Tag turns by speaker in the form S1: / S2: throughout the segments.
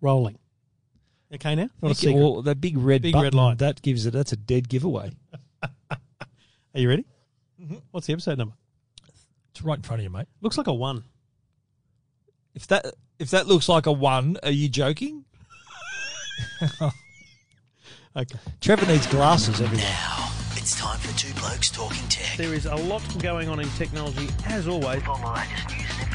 S1: rolling. Okay, now not a
S2: Okay,
S1: secret.
S2: well, that big red
S1: Big
S2: button,
S1: red light.
S2: that gives it. That's a dead giveaway.
S1: Are you ready? Mm-hmm. What's the episode number?
S3: It's right in front of you, mate.
S1: Looks like a one.
S3: If that if that looks like a one, are you joking?
S1: Okay.
S2: Trevor needs glasses. Everyone.
S4: Now, it's time for Two Blokes Talking Tech.
S1: There is a lot going on in technology, as always.
S4: All the latest news and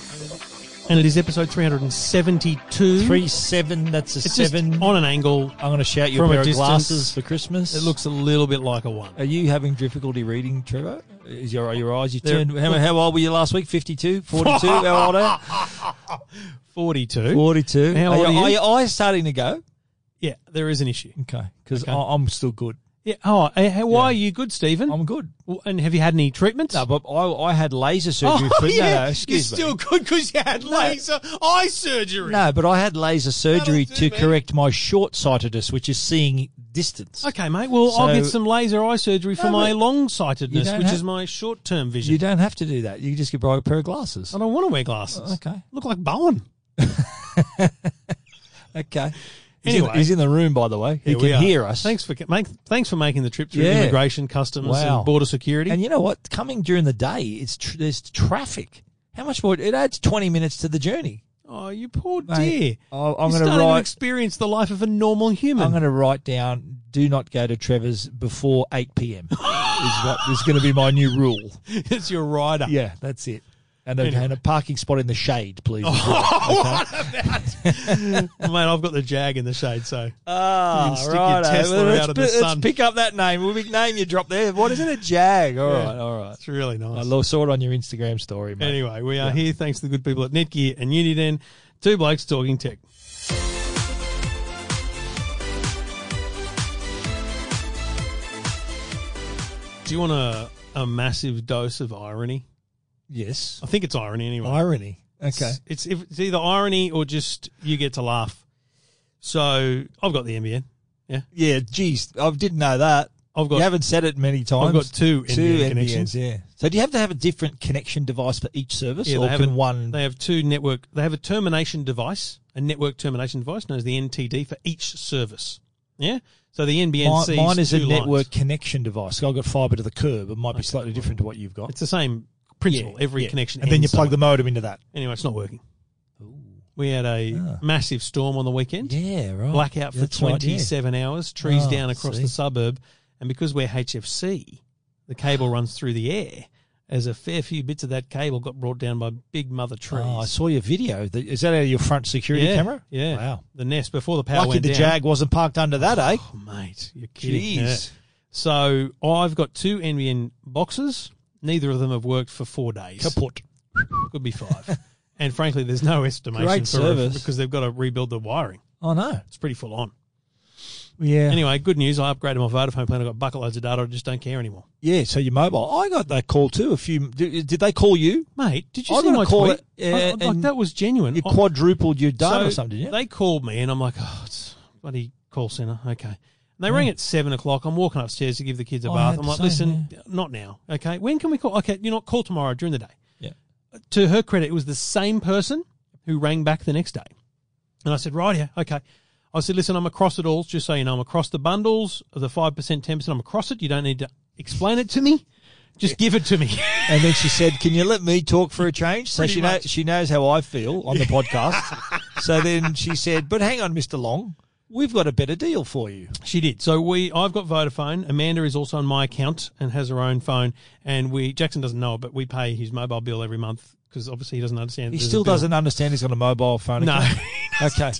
S1: And it is episode 372.
S2: Three seven. That's a
S1: it's
S2: seven.
S1: just on an angle.
S2: I'm going to shout you a
S1: From a
S2: pair of
S1: distance,
S2: glasses for Christmas.
S1: It looks a little bit like a one.
S2: Are you having difficulty reading, Trevor? Is your are your eyes? You
S1: They're-
S2: turned. How, how old were you last week? 52? 42? how old are
S1: 42.
S2: you? 42.
S1: How
S2: are,
S1: old
S2: your-
S1: are you?
S2: your eyes starting to go?
S1: Yeah, there is an issue.
S2: Okay, because
S1: Okay.
S2: I'm still good.
S1: Yeah. Oh, eh, eh, why are you good, Stephen?
S2: I'm good.
S1: Well, and have you had any treatments?
S2: No, Uh, but I, I had laser surgery. for, no, no, excuse
S1: You're
S2: me.
S1: still good because you had laser eye surgery.
S2: No, but I had laser surgery
S1: That'll do,
S2: to
S1: man.
S2: correct my short sightedness, which is seeing distance.
S1: Okay, mate. Well, I'll
S2: So-
S1: get some laser eye surgery for
S2: No,
S1: my
S2: but-
S1: long
S2: You
S1: sightedness,
S2: don't
S1: which
S2: have-
S1: is my short term vision.
S2: You don't have to do that. You just get buy a pair of glasses.
S1: I don't want to wear glasses.
S2: Oh, Okay.
S1: Look like Bowen.
S2: Okay. He's,
S1: Anyway.
S2: in, he's in the room, by the way. He
S1: Here we
S2: can
S1: are.
S2: hear us.
S1: Thanks for make, thanks for making the trip through
S2: Yeah.
S1: immigration, customs,
S2: Wow.
S1: and border security.
S2: And you know what? Coming during the day, it's tr- there's traffic. How much more? It adds 20 minutes to the journey.
S1: oh, you poor
S2: Mate,
S1: dear.
S2: I- I'm
S1: You're
S2: gonna
S1: starting
S2: write-
S1: experience the life of a normal human.
S2: I'm going to write down do not go to Trevor's before 8 p.m. is what is going to be my new rule.
S1: it's your rider.
S2: Yeah, that's it. And a,
S1: Anyway.
S2: and a parking spot in the shade, please. as well.
S1: Mate, I've got the jag in the shade, so
S2: Ah,
S1: You can stick your Tesla
S2: Well,
S1: out of
S2: let's, pi-
S1: the
S2: let's
S1: sun.
S2: pick up that name. What big name you dropped there? What is it? A Jag. All right, all right.
S1: it's really nice.
S2: I lo- saw it on your Instagram story, mate.
S1: Anyway, we are here thanks to the good people at Netgear and Uniden. Two blokes talking tech. Do you want a, a massive dose of irony?
S2: Yes.
S1: I think it's irony anyway.
S2: Irony. Okay.
S1: It's- It's, if- it's either irony or just you get to laugh. So I've got the NBN.
S2: Yeah, geez, I didn't know that.
S1: I've got
S2: you haven't said it many times.
S1: I've got two
S2: two
S1: NBN
S2: NBNs,
S1: connections.
S2: yeah. So do you have to have a different connection device for each service,
S1: Yeah,
S2: or
S1: they have
S2: can
S1: a-
S2: one?
S1: They have two network. They have a termination device, a network termination device known as the NTD for each service. Yeah. So the NBN
S2: mine,
S1: sees
S2: mine is a
S1: two
S2: network
S1: lines.
S2: connection device. So I've got fibre to the curb. It might be slightly different to what you've got.
S1: It's the same principle.
S2: Yeah,
S1: Every
S2: yeah.
S1: connection,
S2: and then you
S1: ends
S2: plug the
S1: somewhere.
S2: modem into that.
S1: Anyway, it's not working. We had a
S2: Ah.
S1: massive storm on the weekend.
S2: Yeah, right.
S1: Blackout for
S2: That's right, yeah.
S1: 27 hours. Trees
S2: Ah,
S1: down across
S2: see.
S1: the suburb, and because we're HFC, the cable runs through the air. As a fair few bits of that cable got brought down by big mother trees.
S2: Oh, I saw your video. The- Is that out of your front security
S1: yeah,
S2: camera?
S1: Yeah.
S2: Wow.
S1: The nest before the power
S2: Lucky
S1: went
S2: the
S1: down.
S2: Jag wasn't parked under that, eh?
S1: Oh, mate, you're kidding.
S2: Jeez.
S1: Yeah. So I've got two NBN boxes. Neither of them have worked for four days.
S2: Kaput.
S1: Could be five. and frankly, there's no estimation
S2: Great
S1: for
S2: service.
S1: because they've got to rebuild the wiring.
S2: Oh, no.
S1: It's pretty full on.
S2: Yeah.
S1: Anyway, good news. I upgraded my Vodafone plan. I've got bucket loads of data. I just don't care anymore.
S2: Yeah, so your mobile. I got that call too. A few. Did, did they call you?
S1: Mate, did you
S2: I
S1: see
S2: got a
S1: my
S2: call
S1: tweet?
S2: it, uh,
S1: I- like,
S2: and
S1: that was genuine.
S2: You
S1: I-
S2: quadrupled your data
S1: So
S2: or something, didn't you?
S1: They called me, and I'm like, oh, it's bloody call center. Okay. And they rang at seven o'clock. I'm walking upstairs to give the kids a
S2: I
S1: bath.
S2: had
S1: I'm
S2: Oh, the
S1: like,
S2: same,
S1: listen, not now. Okay. When can we call? Okay, you know, what, call tomorrow during the day.
S2: Yeah.
S1: To her credit, it was the same person who rang back the next day. And I said, right here. Okay. I said, listen, I'm across it all. Just so you know, I'm across the bundles of the 5%, 10%. I'm across it. You don't need to explain it to me. Just give it to me.
S2: And then she said, "Can you let me talk for a change?" So
S1: Pretty
S2: she knows
S1: much.
S2: she knows how I feel on the podcast. so then she said, "But hang on, Mister Long, we've got a better deal for you."
S1: She did. So we, I've got Vodafone. Amanda is also on my account and has her own phone. And we, Jackson doesn't know it, but we pay his mobile bill every month because obviously he doesn't understand.
S2: He
S1: there's a
S2: still
S1: bill.
S2: doesn't understand. He's got a mobile phone.
S1: No.
S2: account. Okay.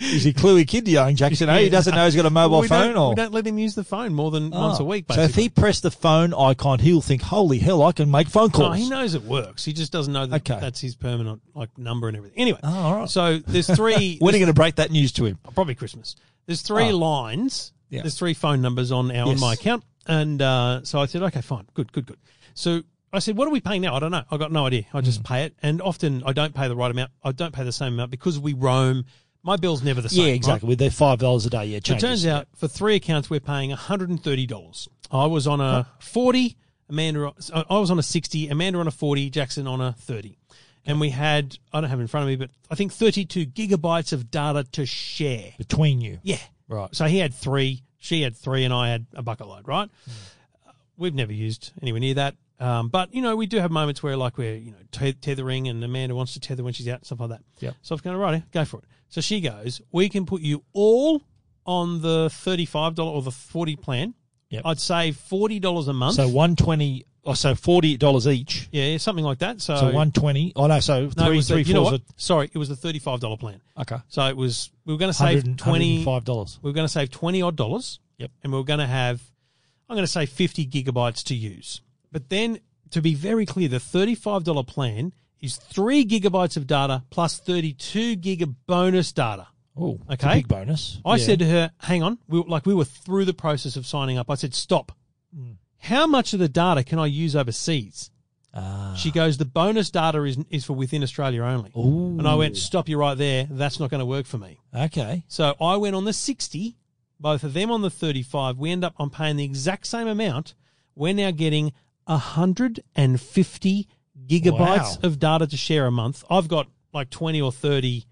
S2: Is he cluey kid, the young Jackson? eh? He doesn't know he's got a mobile
S1: we
S2: phone
S1: don't,
S2: or Ah.
S1: we don't let him use the phone more than once a week.
S2: So
S1: Basically.
S2: if he pressed the phone icon, he'll think, "Holy hell, I can make
S1: No,
S2: phone calls."
S1: he knows it works. He just doesn't know that
S2: Okay.
S1: that's his permanent like number and everything. Anyway,
S2: Oh, all right.
S1: so there's three.
S2: when are you going to break that news to him?
S1: probably Christmas. There's three
S2: Oh.
S1: lines.
S2: Yeah.
S1: There's three phone numbers on our on
S2: Yes.
S1: my account, and uh, so I said, okay, fine, good, good, good. So I said, what are we paying now? I don't know. I got no idea. I
S2: Hmm.
S1: just pay it, and often I don't pay the right amount. I don't pay the same amount because we roam. My bill's never the same.
S2: yeah,
S1: right?
S2: exactly. With their five dollars a day, yeah,
S1: So it
S2: changes.
S1: turns out for three accounts we're paying $130. I was on a 40, Amanda I was on a 60, Amanda on a 40, Jackson on a 30. And we had I don't have it in front of me but I think 32 gigabytes of data to share.
S2: between you.
S1: Yeah.
S2: Right.
S1: So he had 3, she had 3 and I had a bucket load, right?
S2: Hmm.
S1: We've never used anywhere near that. Um, but you know, we do have moments where like we're, you know, te- tethering and Amanda wants to tether when she's out and stuff like that.
S2: Yep.
S1: So I was going, right, yeah, go for it. So she goes, we can put you all on the $35 or the 40 plan.
S2: Yep.
S1: I'd save $40 a month.
S2: So one twenty, or so forty dollars each.
S1: yeah, yeah, something like that. So,
S2: So one twenty. Oh no, so
S1: no, it
S2: three,
S1: was the-
S2: three,
S1: you know
S2: fours
S1: what? Sorry, it was the $35 plan.
S2: are- okay.
S1: So it was, we were going to save
S2: Hundred
S1: 20,
S2: five dollars.
S1: we were going to save 20 odd dollars.
S2: Yep.
S1: And we were going to have, I'm going to say 50 gigabytes to use. But then to be very clear, the $35 plan is three gigabytes of data plus 32 gig of bonus data.
S2: Oh, it's a
S1: Okay.
S2: big bonus.
S1: I
S2: Yeah.
S1: said to her, "Hang on, we, were- like we were through the process of signing up." I said, "Stop.
S2: Mm.
S1: How much of the data can I use overseas?"
S2: Ah.
S1: She goes, "The bonus data is is for within Australia only."
S2: Ooh.
S1: And I went, "Stop you right there. That's not going to work for me."
S2: okay.
S1: So I went on the sixty, both of them on the thirty-five. We end up on paying the exact same amount. We're now getting hundred and fifty gigabytes
S2: Wow.
S1: of data to share a month. I've got like twenty or thirty.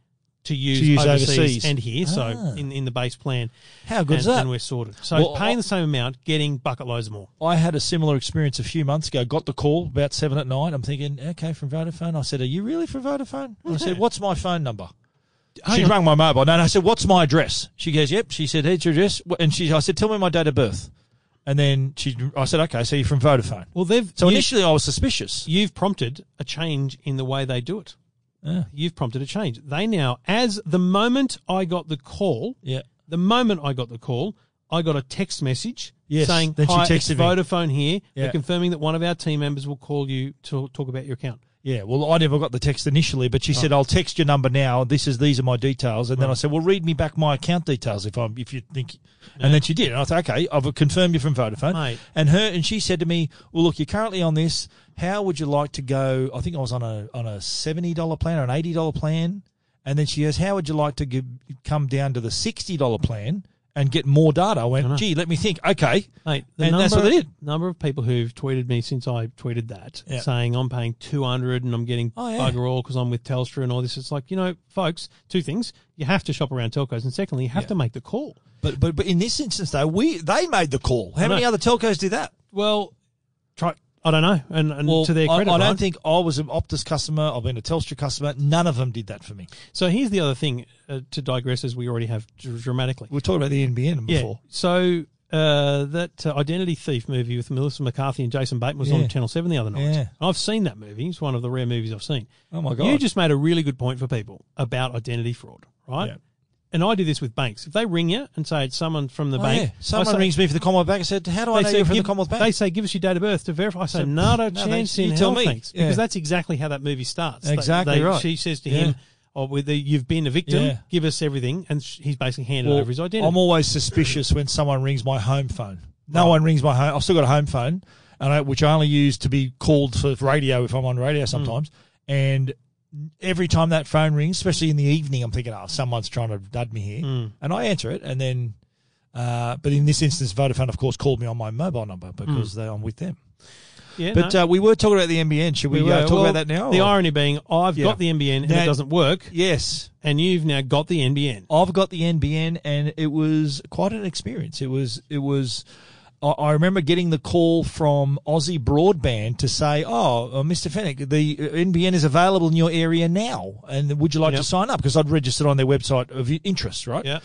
S1: To use,
S2: use
S1: overseas,
S2: overseas.
S1: and here, so
S2: Ah.
S1: in, in the base plan
S2: How good
S1: and,
S2: is that?
S1: and we're sorted. So
S2: Well,
S1: paying the same amount, getting bucket loads more.
S2: I had a similar experience a few months ago. Got the call about seven at night. I'm thinking, okay, from Vodafone. I said, are you really from Vodafone? And I said, what's my phone number? she rang my mobile. No, no. I said, what's my address? She goes, yep. She said, here's your address. Wh- And she, I said, tell me my date of birth. And then she, I said, okay, so you're from Vodafone.
S1: Well, they've
S2: So
S1: you,
S2: initially, I was suspicious.
S1: you've prompted a change in the way they do it.
S2: Yeah.
S1: You've prompted a change. They now, as the moment I got the call,
S2: Yeah.
S1: the moment I got the call, I got a text message
S2: Yes,
S1: saying,
S2: then she
S1: "Hi, it's
S2: texted me."
S1: Vodafone here. They're
S2: Yeah.
S1: confirming that one of our team members will call you to talk about your account."
S2: Yeah, well, I never got the text initially, but
S1: Oh.
S2: she said, "I'll text your number now. This is these are my details." And then I said, "Well, read me back my account details if I'm if you think." And then she did, and I said, "Okay, I've confirmed you from Vodafone."
S1: Mate.
S2: And her and she said to me, "Well, look, you're currently on this. How would you like to go? I think I was on a on a seventy dollar plan or an eighty dollar plan." And then she goes, "How would you like to give, come down to the sixty dollar plan and get more data?" I went, "Gee, let me think." Okay,
S1: Mate, the
S2: And
S1: number,
S2: that's what they did.
S1: Number of people who've tweeted me since I tweeted that,
S2: Yeah.
S1: saying I'm paying two hundred and I'm getting
S2: Oh, yeah.
S1: bugger all because I'm with Telstra and all this. It's like you know, folks, two things: you have to shop around telcos, and secondly, you have to make the call.
S2: but but but in this instance though, we they made the call. How
S1: know.
S2: many other telcos do that?
S1: Well, try. I don't know, and, and to their
S2: I-
S1: credit,
S2: I,
S1: right?
S2: don't think I was an Optus customer. I've been a Telstra customer. None of them did that for me.
S1: So here's the other thing uh, to digress, as we already have dr- dramatically.
S2: We talked about the NBN before.
S1: So uh, that uh, Identity Thief movie with Melissa McCarthy and Jason Bateman was
S2: Yeah.
S1: on Channel Seven the other night.
S2: Yeah.
S1: I've seen that movie. It's one of the rare movies I've seen.
S2: Oh my god!
S1: You just made a really good point for people about identity fraud, right?
S2: Yeah.
S1: And I do this with banks. If they ring you and say it's someone from the
S2: Oh, yeah.
S1: bank, I
S2: Someone
S1: say-
S2: rings me for the Commonwealth Bank. and said, "How do I know you're from
S1: give,
S2: the Commonwealth Bank?"
S1: They say, give us your date of birth to verify. I say,
S2: So-
S1: no, no
S2: no, they-
S1: chance
S2: you
S1: in
S2: tell
S1: hell,
S2: me.
S1: thanks.
S2: Yeah.
S1: Because that's exactly how that movie starts. They-
S2: Exactly
S1: they-
S2: right.
S1: She says to
S2: Yeah.
S1: him, oh, well, the, you've been a victim,
S2: Yeah.
S1: give us everything. And sh- he's basically handed
S2: Well,
S1: over his identity.
S2: I'm always suspicious when someone rings my home phone. No one rings my home. I've still got a home phone, and I, which I only use to be called for radio if I'm on
S1: Hmm.
S2: radio sometimes. And every time that phone rings, especially in the evening, I'm thinking, "Oh, someone's trying to dud me here,"
S1: Hmm.
S2: and I answer it, and then. Uh, but in this instance, Vodafone, of course, called me on my mobile number
S1: Hmm.
S2: because they, I'm with them.
S1: yeah,
S2: But
S1: no,
S2: uh, we were talking about the NBN. Should we, uh,
S1: were-
S2: talk
S1: well,
S2: about that now?
S1: The
S2: or-
S1: irony being, I've
S2: Yeah.
S1: got the NBN and it
S2: Now-
S1: doesn't work,
S2: yes.
S1: and you've now got the NBN.
S2: I've got the NBN, and it was quite an experience. It was it was. I- I remember getting the call from Aussie Broadband to say, "Oh, uh, Mr. Fennick, the uh, NBN is available in your area now, and would you like
S1: Yep.
S2: to sign up?" Because I'd registered on their website of i- interest, right?
S1: Yeah.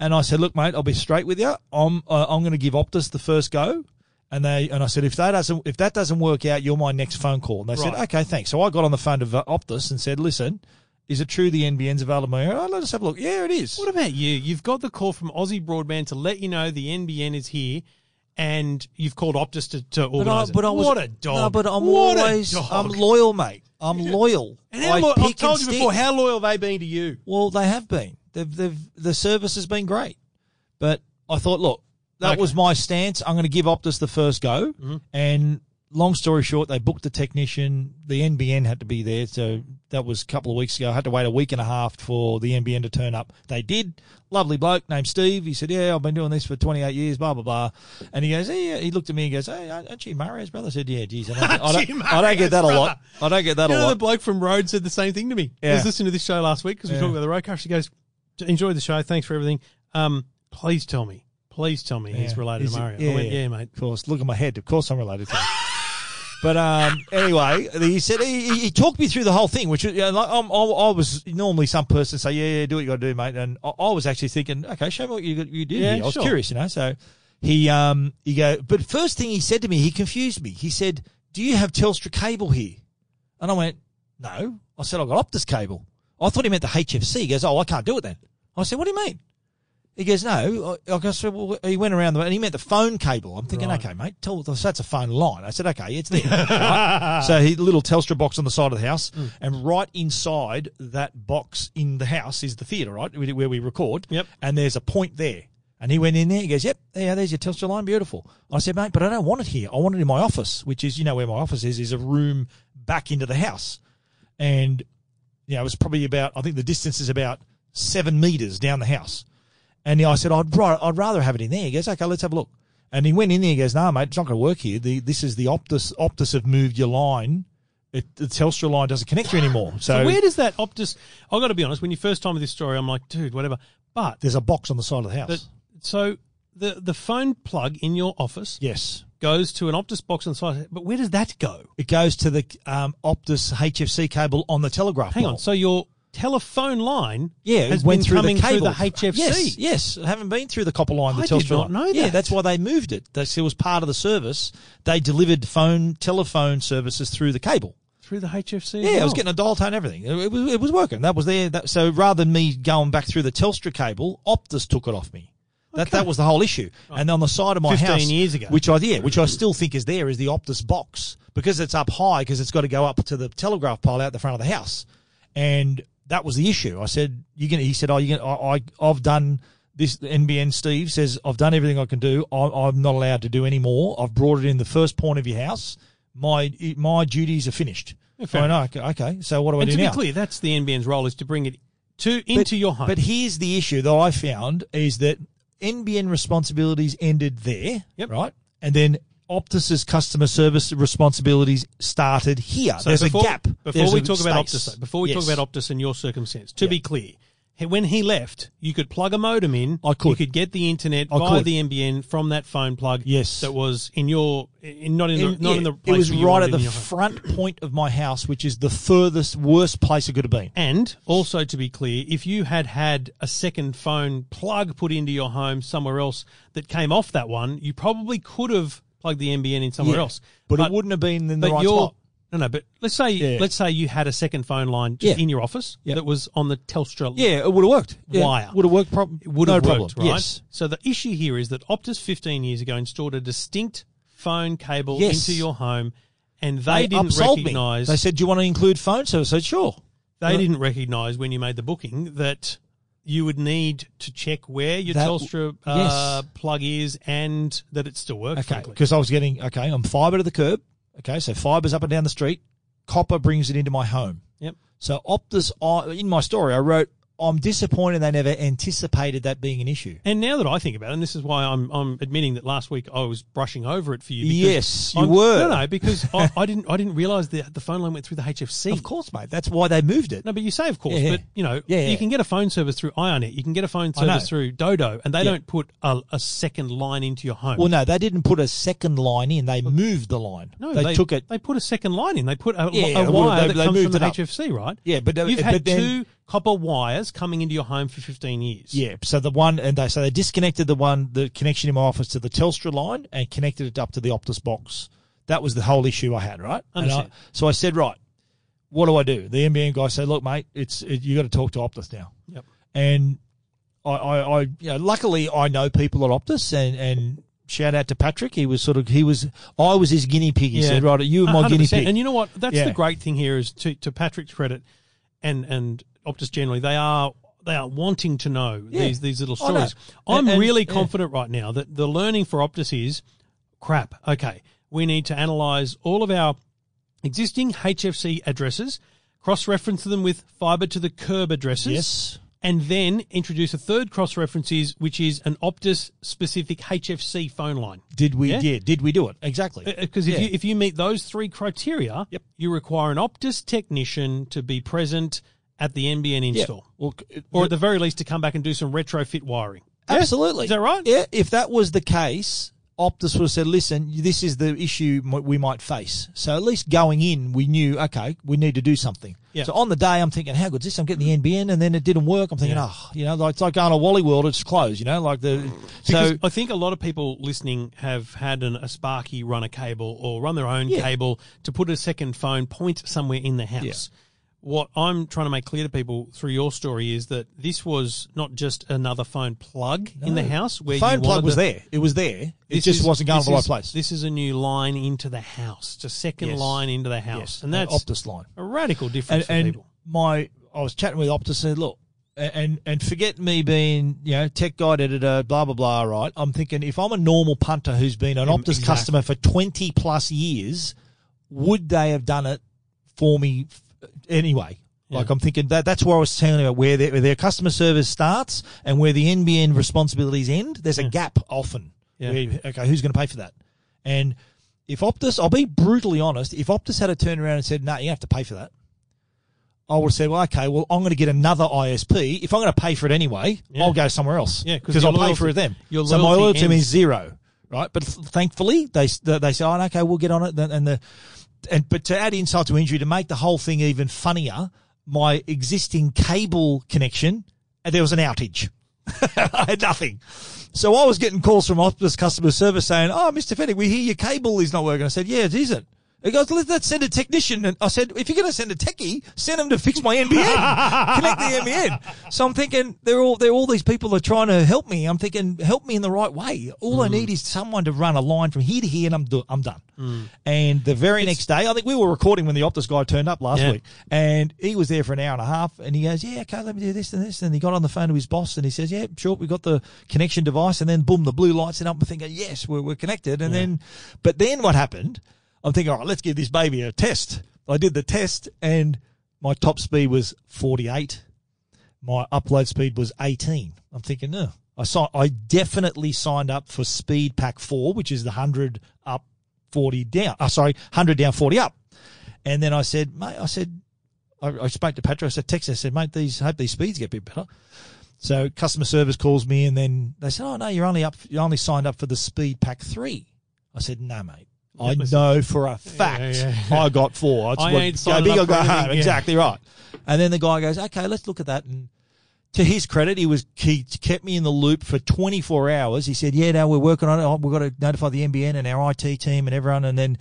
S2: And I said, "Look, mate, I'll be straight with you. I'm uh, I'm going to give Optus the first go." And they and I said, "If that doesn't if that doesn't work out, you're my next phone call." And they said,
S1: Right.
S2: "Okay, thanks." So I got on the phone to Vo- Optus and said, "Listen,
S5: Is it true the NBN's available? Oh, let us have a look. Yeah, it is.
S1: What about you? You've got the call from Aussie Broadband to let you know the NBN is here, and you've called Optus to, to
S2: But I,
S1: organise it.
S2: but I was
S1: what a dog!
S2: No, but I'm
S1: what
S2: always
S1: a dog.
S2: I'm loyal, mate. I'm loyal.
S1: And how
S2: I
S1: lo-
S2: pick
S1: I've told
S2: and
S1: you
S2: stick.
S1: before, how loyal have they been to you?
S2: Well, they have been. They've, they've, the service has been great. But I thought, look, that
S1: Okay. Mm-hmm.
S2: was my stance. I'm going to give Optus the first go. And long story short, they booked the technician. The NBN had to be there. So that was a couple of weeks ago. I had to wait a week and a half for the NBN to turn up. They did. Lovely bloke named Steve. He said, Yeah, I've been doing this for 28 years, blah, blah, blah. And he goes, Yeah, he looked at me and goes, Hey, aren't you Mario's brother? I said, Yeah, geez. I don't, I
S1: Gee,
S2: don't, I don't get that a
S1: Mario's
S2: lot. I don't get that
S1: You
S2: a
S1: know, the
S2: lot.
S1: bloke from Road said the same thing to me. I was
S2: Yeah.
S1: listening to this show last week because we
S2: Yeah.
S1: talked about the road car. She goes, "Enjoy the show. Thanks for everything. Um, please tell me, please tell me he's
S2: Yeah.
S1: related
S2: Is
S1: to
S2: it-
S1: Mario."
S2: yeah,
S1: I went,
S2: yeah.
S1: "Yeah, mate."
S2: Of course, look at my head. Of course, I'm related to him. But um, anyway, he said he, he- he talked me through the whole thing, which is, you know, like, I'm, I, I was normally some person say, yeah, yeah, do what you got to do, mate. And I, I was actually thinking, okay, show me what you got- you did.
S1: Yeah,
S2: here. I was
S1: sure.
S2: curious, you know. So he um he go, but first thing he said to me, he confused me. He said, "Do you have Telstra cable here?" And I went, "No." I said, "I got Optus cable." I thought he meant the HFC. He goes, "Oh, I can't do it then." I said, "What do you mean?" He goes, no. I I said, well, he went around the, and he meant the phone cable. I'm thinking, okay, mate, tell, so that's a phone line. I said, okay, it's there. Right? So he little Telstra box on the side of the house, and right inside that box in the house is the theatre, right, where where we record.
S1: Yep.
S2: And there's a point there. And he went in there. He goes, "Yep, yeah, there's your Telstra line, beautiful." I said, "Mate, but I don't want it here. I want it in my office, which is, you know, where my office is, is a room back into the house." And you know, it was probably about, I think the distance is about seven meters down the house. And I said, I'd, ri- I'd rather have it in there. He goes, okay, let's have a look. And he went in there. He goes, no, mate, it's not going to work here. The, this is the Optus. Optus have moved your line. It, the Telstra line doesn't connect you anymore. So,
S1: So where does that Optus? I've got to be honest. When you first told me this story, I'm like, dude, whatever. But
S2: there's a box on the side of the house.
S1: the, so the the phone plug in your office
S2: yes.
S1: goes to an Optus box on the side. But where does that go?
S2: It goes to the um, Optus HFC cable on the telegraph.
S1: Hang
S2: pole.
S1: on. So your telephone line,
S2: Yeah,
S1: has
S2: it went
S1: been
S2: through
S1: coming
S2: the cable.
S1: through the HFC.
S2: Yes, yes, it haven't been through the copper line. The
S1: I did
S2: Telstra
S1: not
S2: line.
S1: know
S2: Yeah,
S1: that.
S2: that's why they moved it. That's, it was part of the service. They delivered phone, telephone services through the cable.
S1: through the HFC.
S2: Yeah, I was
S1: Oh.
S2: getting a dial tone, and everything. It, it was it was working. That was there. That, so rather than me going back through the Telstra cable, Optus took it off me. That that was the whole issue. And on the side of my
S1: 15
S2: house,
S1: years ago.
S2: which I yeah, which I still think is there, is the Optus box because it's up high because it's got to go up to the telegraph pole out the front of the house, and that was the issue. I said you can. He said, "Oh, you can." I, I I've done. This the NBN Steve says, I've done everything I can do. I, I'm not allowed to do any more. I've brought it in the first point of your house. My my duties are finished.
S1: fair
S2: I know, okay, okay, so what do I
S1: And
S2: do
S1: to be
S2: now?
S1: clear, that's the NBN's role is to bring it to
S2: But-
S1: into your home.
S2: But here's the issue that I found is that NBN responsibilities ended there,
S1: Yep.
S2: right? And then Optus's customer service responsibilities started here. There's
S1: before,
S2: a gap.
S1: Before
S2: There's
S1: we
S2: a
S1: talk about
S2: space.
S1: Optus, though, before we
S2: Yes.
S1: talk about Optus and your circumstance, to be clear, he- when he left, you could plug a modem in.
S2: I could.
S1: You could get the internet
S2: I
S1: via
S2: could.
S1: the NBN from that phone plug.
S2: Yes.
S1: that was in your, in, not in,
S2: In-
S1: the, not
S2: yeah,
S1: in the.
S2: it
S1: Place
S2: was
S1: where you
S2: right
S1: wanted
S2: at
S1: it
S2: the
S1: in your home.
S2: front point of my house, which is the furthest, worst place it could have been.
S1: And also to be clear, if you had had a second phone plug put into your home somewhere else that came off that one, you probably could have plugged the NBN in somewhere
S2: Yeah.
S1: else.
S2: But, it wouldn't have been in the
S1: but
S2: right
S1: your
S2: spot.
S1: no, no. But let's say
S2: Yeah.
S1: let's say you had a second phone line just
S2: Yeah.
S1: in your office
S2: Yeah.
S1: that was on the Telstra.
S2: Yeah, it would have worked. Yeah,
S1: Wire.
S2: would have worked. Prob-
S1: it would
S2: no
S1: have
S2: problem.
S1: worked, right?
S2: Yes,
S1: So the issue here is that Optus 15 years ago installed a distinct phone cable
S2: Yes.
S1: into your home, and they, didn't
S2: upsold
S1: recognize
S2: Me. They said, "Do you want to include phone service?" I said, "Sure."
S1: they didn't recognize when you made the booking that you would need to check where your
S2: That-
S1: Telstra uh, plug is and that it still works.
S2: Okay,
S1: frankly.
S2: because I was getting okay. I'm fibre to the curb. Okay, so fibre's up and down the street. Copper brings it into my home.
S1: Yep.
S2: So Optus, I, in my story, I wrote, "I'm disappointed they never anticipated that being an issue."
S1: And now that I think about it, and this is why I'm I'm admitting that last week I was brushing over it for you.
S2: Yes, you
S1: I'm-
S2: were.
S1: No, no, because I, I didn't I didn't realize that the phone line went through the HFC.
S2: Of course, mate. That's why they moved it.
S1: No, but you say of course,
S2: Yeah, yeah.
S1: but you know,
S2: Yeah, yeah.
S1: you can get a phone service through IONet, you can get a phone
S2: I know.
S1: service through Dodo, and they don't put a, a second line into your home.
S2: Well, no, they didn't put a second line in. They moved the line.
S1: No,
S2: they, took it.
S1: They put a second line in. They put a,
S2: Yeah,
S1: a wire
S2: they would've-
S1: that
S2: they- they
S1: comes
S2: moved
S1: from the
S2: it up.
S1: HFC, right?
S2: Yeah, but- uh,
S1: you've
S2: but
S1: had
S2: then-
S1: two copper wires coming into your home for fifteen years.
S2: Yeah. So the one, and they so they disconnected the one, the connection in my office to the Telstra line, and connected it up to the Optus box. That was the whole issue I had, right? And I-
S1: Understand.
S2: so I said, right, what do I do? The NBN guy said, look, mate, it's it, you got to talk to Optus now.
S1: Yep.
S2: And I, I, I you know, luckily I know people at Optus and, and shout out to Patrick. He was sort of, he was, I was his guinea pig. He
S1: Yeah.
S2: said, right, you were my guinea
S1: 100%.
S2: pig.
S1: And you know what? That's
S2: Yeah.
S1: the great thing here is to, to Patrick's credit and, and Optus generally, they are they are wanting to know
S2: Yeah.
S1: these these little
S2: I know.
S1: stories. I'm
S2: And- and-
S1: really
S2: yeah.
S1: confident right now that the learning for Optus is crap. Okay. We need to analyze all of our existing HFC addresses, cross reference them with fiber to the curb addresses.
S2: Yes.
S1: And then introduce a third cross reference is which is an Optus specific HFC phone line.
S2: Did we,
S1: Yeah. Uh,
S2: yeah. did we do it? Exactly.
S1: Because if
S2: Yeah.
S1: you if you meet those three criteria,
S2: Yep.
S1: you require an Optus technician to be present at the NBN
S2: Yeah.
S1: install,
S2: Well, c-
S1: or at the very least to come back and do some retrofit wiring.
S2: Absolutely.
S1: Is that right?
S2: Yeah. If that was the case, Optus would have said, listen, this is the issue m- we might face. So at least going in, we knew, okay, we need to do something.
S1: Yeah.
S2: So on the day, I'm thinking, how good's this? I'm getting the NBN, and then it didn't work. I'm thinking,
S1: Yeah.
S2: oh, you know, like, it's like going to Wally World, it's closed, you know, like the. So
S1: Because I think a lot of people listening have had an, a Sparky run a cable or run their own cable to put a second phone point somewhere in the house. What I'm trying to make clear to people through your story is that this was not just another phone plug in the house where you
S2: phone plug
S1: wanted
S2: was
S1: to-
S2: there. It was there. It
S1: This
S2: just
S1: is-
S2: wasn't going
S1: this
S2: to the right
S1: is-
S2: place.
S1: This is a new line into the house. It's a second
S2: Yes.
S1: line into the house, and
S2: an
S1: that's
S2: Optus line.
S1: a radical difference
S2: and,
S1: for
S2: and
S1: people.
S2: my I was chatting with Optus and said, look, a- and and forget me being you know tech guide editor, blah blah blah. Right, I'm thinking if I'm a normal punter who's been an Optus
S1: exactly.
S2: customer for 20 plus years, would they have done it for me f- anyway? Like I'm thinking that that's where I was telling you about where their, where their customer service starts and where the NBN responsibilities end. There's a gap often.
S1: Yeah.
S2: Where, okay, who's going to pay for that? And if Optus, I'll be brutally honest, if Optus had a turnaround and said, "No, you have to pay for that," I would have said, well, okay, well, I'm going to get another ISP. If I'm going to pay for it anyway,
S1: Yeah.
S2: I'll go somewhere else.
S1: Yeah, 'cause
S2: because I'll
S1: your
S2: pay for it
S1: loyalty-
S2: them.
S1: your
S2: so my
S1: loyalty
S2: loyalty to them
S1: ends.
S2: is zero, right? But th- thankfully, they s- they they said, oh, okay, we'll get on it. And the and but to add insult to injury, to make the whole thing even funnier, my existing cable connection, uh, there was an outage. I had nothing. So I was getting calls from Optus customer service saying, "Oh, Mr. Fennick, we hear your cable is not working." I said, "Yeah, it isn't." He goes, "Let- "Let's send a technician." And I said, "If you're going to send a techie, send him to fix my NBN, connect the NBN." So I'm thinking they're all they're all these people that are trying to help me. I'm thinking help me in the right way. All I need is someone to run a line from here to here, and I'm do- I'm done. And the very next day, I think we were recording when the Optus guy turned up last
S1: Yeah.
S2: week, and he was there for an hour and a half, and he goes, "Yeah, okay, let me do this and this." And he got on the phone to his boss, and he says, "Yeah, sure, we got the connection device." And then boom, the blue lights went up. I'm thinking, "Yes, we're, we're connected." And then, but then what happened? I'm thinking, "All right, let's give this baby a test." I did the test, and my top speed was 48. My upload speed was 18. I'm thinking, no. I saw, I definitely signed up for Speed Pack 4, which is the 100 up, 40 down. Oh, sorry, 100 down, 40 up. And then I said, mate, I said, I, I spoke to Patrick. I said, text. I said, mate, these hope these speeds get a bit better. So customer service calls me, and then they said, oh no, you're only up, you only signed up for the speed pack three. I said, no, mate. I
S1: listen.
S2: know for a fact
S1: yeah, yeah.
S2: I got four. It's
S1: I
S2: what-
S1: ain't
S2: go
S1: signing
S2: big
S1: up for
S2: or go
S1: anything,
S2: home.
S1: yeah.
S2: Exactly right. And then the guy goes, okay, let's look at that. And to his credit, he was he kept me in the loop for 24 hours. He said, "Yeah, no, we're working on it. Oh, We've got to notify the NBN and our IT team and everyone." And then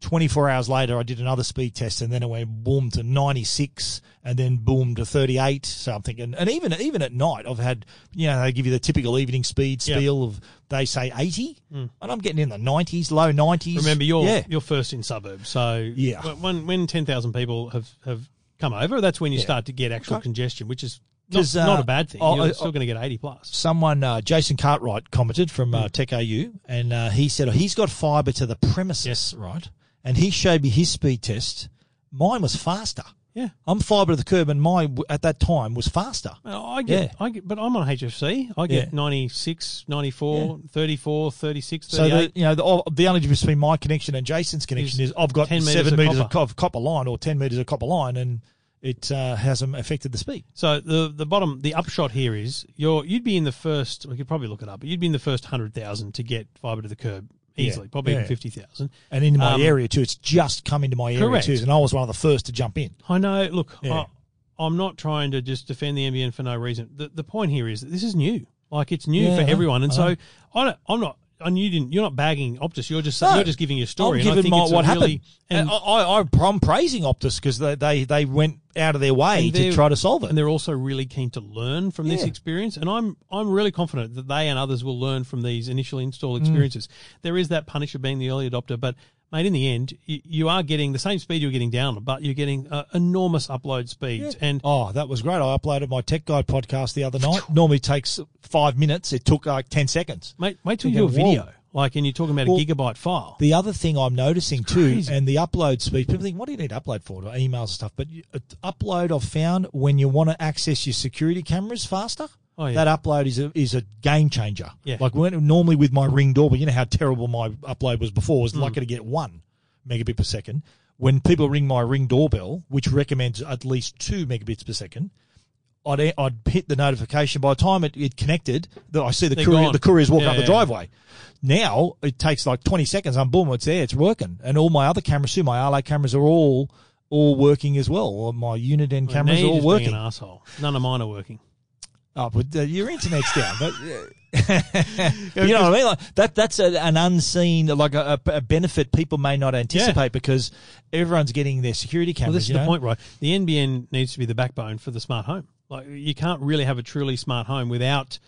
S2: 24 hours later, I did another speed test, and then it went boom to 96, and then boom to 38. So I'm thinking, and even even at night, I've had you know they give you the typical evening speed
S1: Yeah. Hmm.
S2: spiel of they say 80, and I'm getting in the 90s, low 90s.
S1: Remember, you're
S2: yeah.
S1: you're first in suburbs, so
S2: Yeah.
S1: when- When when ten thousand people have have come over, that's when you start to get actual congestion, which is not,
S2: 'Cause, uh,
S1: not a bad thing.
S2: I-
S1: You're
S2: I-
S1: still going to get eighty plus.
S2: someone, uh, Jason Cartwright, commented from uh, Tech AU, and uh, he said he's got fibre to the premises,
S1: Yes.
S2: right? And he showed me his speed test. Mine was faster.
S1: Yeah.
S2: I'm fibre to the curb, and mine w- at that time was faster.
S1: Well, Uh, I get,
S2: Yeah.
S1: I get, but I'm on HFC. I get
S2: Yeah.
S1: 96, 94, 34, 36,
S2: So
S1: 38.
S2: the, you know the, oh, the only difference between my connection and Jason's connection
S1: Is
S2: is I've got
S1: 10 metres
S2: seven
S1: of
S2: meters
S1: copper.
S2: of, co- of copper line or ten meters of copper line, and it uh, hasn't affected the speed.
S1: So the the bottom the upshot here is you're you'd be in the first we could probably look it up, but you'd be in the first hundred thousand to get fibre to the curb easily,
S2: Yeah.
S1: probably even
S2: Yeah.
S1: fifty thousand.
S2: And in my
S1: Um,
S2: area too, it's just come into my area
S1: Correct.
S2: too, and I was one of the first to jump in.
S1: I know. Look,
S2: Yeah.
S1: I, I'm not trying to just defend the NBN for no reason. The the point here is that this is new. Like it's new
S2: Yeah, Uh-huh.
S1: for
S2: I know,
S1: everyone, and
S2: I
S1: so I don't, I'm not and you didn't. You're not bagging Optus. You're just you're just giving your story.
S2: I'm
S1: and I
S2: giving
S1: think
S2: my,
S1: it's a
S2: what
S1: really-
S2: happened. Uh, And
S1: And,
S2: I, I, I- I'm praising Optus because they, they, they went out of their way
S1: And
S2: to
S1: they're-
S2: try to solve
S1: and
S2: it.
S1: they're also really keen to learn from this
S2: Yeah.
S1: experience. And I'm I'm really confident that they and others will learn from these initial
S2: Mm.
S1: install experiences. There is that punisher being the early adopter, but mate, in the end, you, you are getting the same speed you're getting down, but you're getting uh, enormous upload speeds. And
S2: Oh, that was great. I uploaded my Tech Guide podcast the other night. Normally takes five minutes. It took like 10 seconds.
S1: mate, wait till
S2: They
S1: you do a
S2: go, "Whoa."
S1: video, like, and you're talking about
S2: Well,
S1: a gigabyte file.
S2: The other thing I'm noticing too,
S1: crazy.
S2: and the upload speed, people think, what do you need to upload for? Emails and stuff. But you, uh, upload, I've found when you want to access your security cameras faster,
S1: Oh, yeah.
S2: that upload is a, is a game changer.
S1: Yeah.
S2: Like when, normally with my Ring doorbell, you know how terrible my upload was before, I
S1: Mm.
S2: was lucky to get one megabit per second. When people ring my Ring doorbell, which recommends at least two megabits per second, I'd, I'd hit the notification. By the time it, it connected, the, I see the
S1: They're
S2: courier,
S1: gone.
S2: the courier's walking
S1: Yeah,
S2: up the
S1: yeah.
S2: driveway. Now it takes like 20 seconds. I'm boom, it's there, it's working. And all my other cameras too, my RLA cameras are all all working as well. Or my unit end
S1: Now
S2: cameras are
S1: you're
S2: all
S1: just
S2: working.
S1: Being an asshole. None of mine are working.
S2: Oh, but uh, your internet's down. But uh, you know what I mean? Like that that's a, an unseen like a, a a benefit people may not anticipate because everyone's getting their security cameras.
S1: Well, this is
S2: you
S1: the
S2: know?
S1: point, right? The NBN needs to be the backbone for the smart home. Like you can't really have a truly smart home without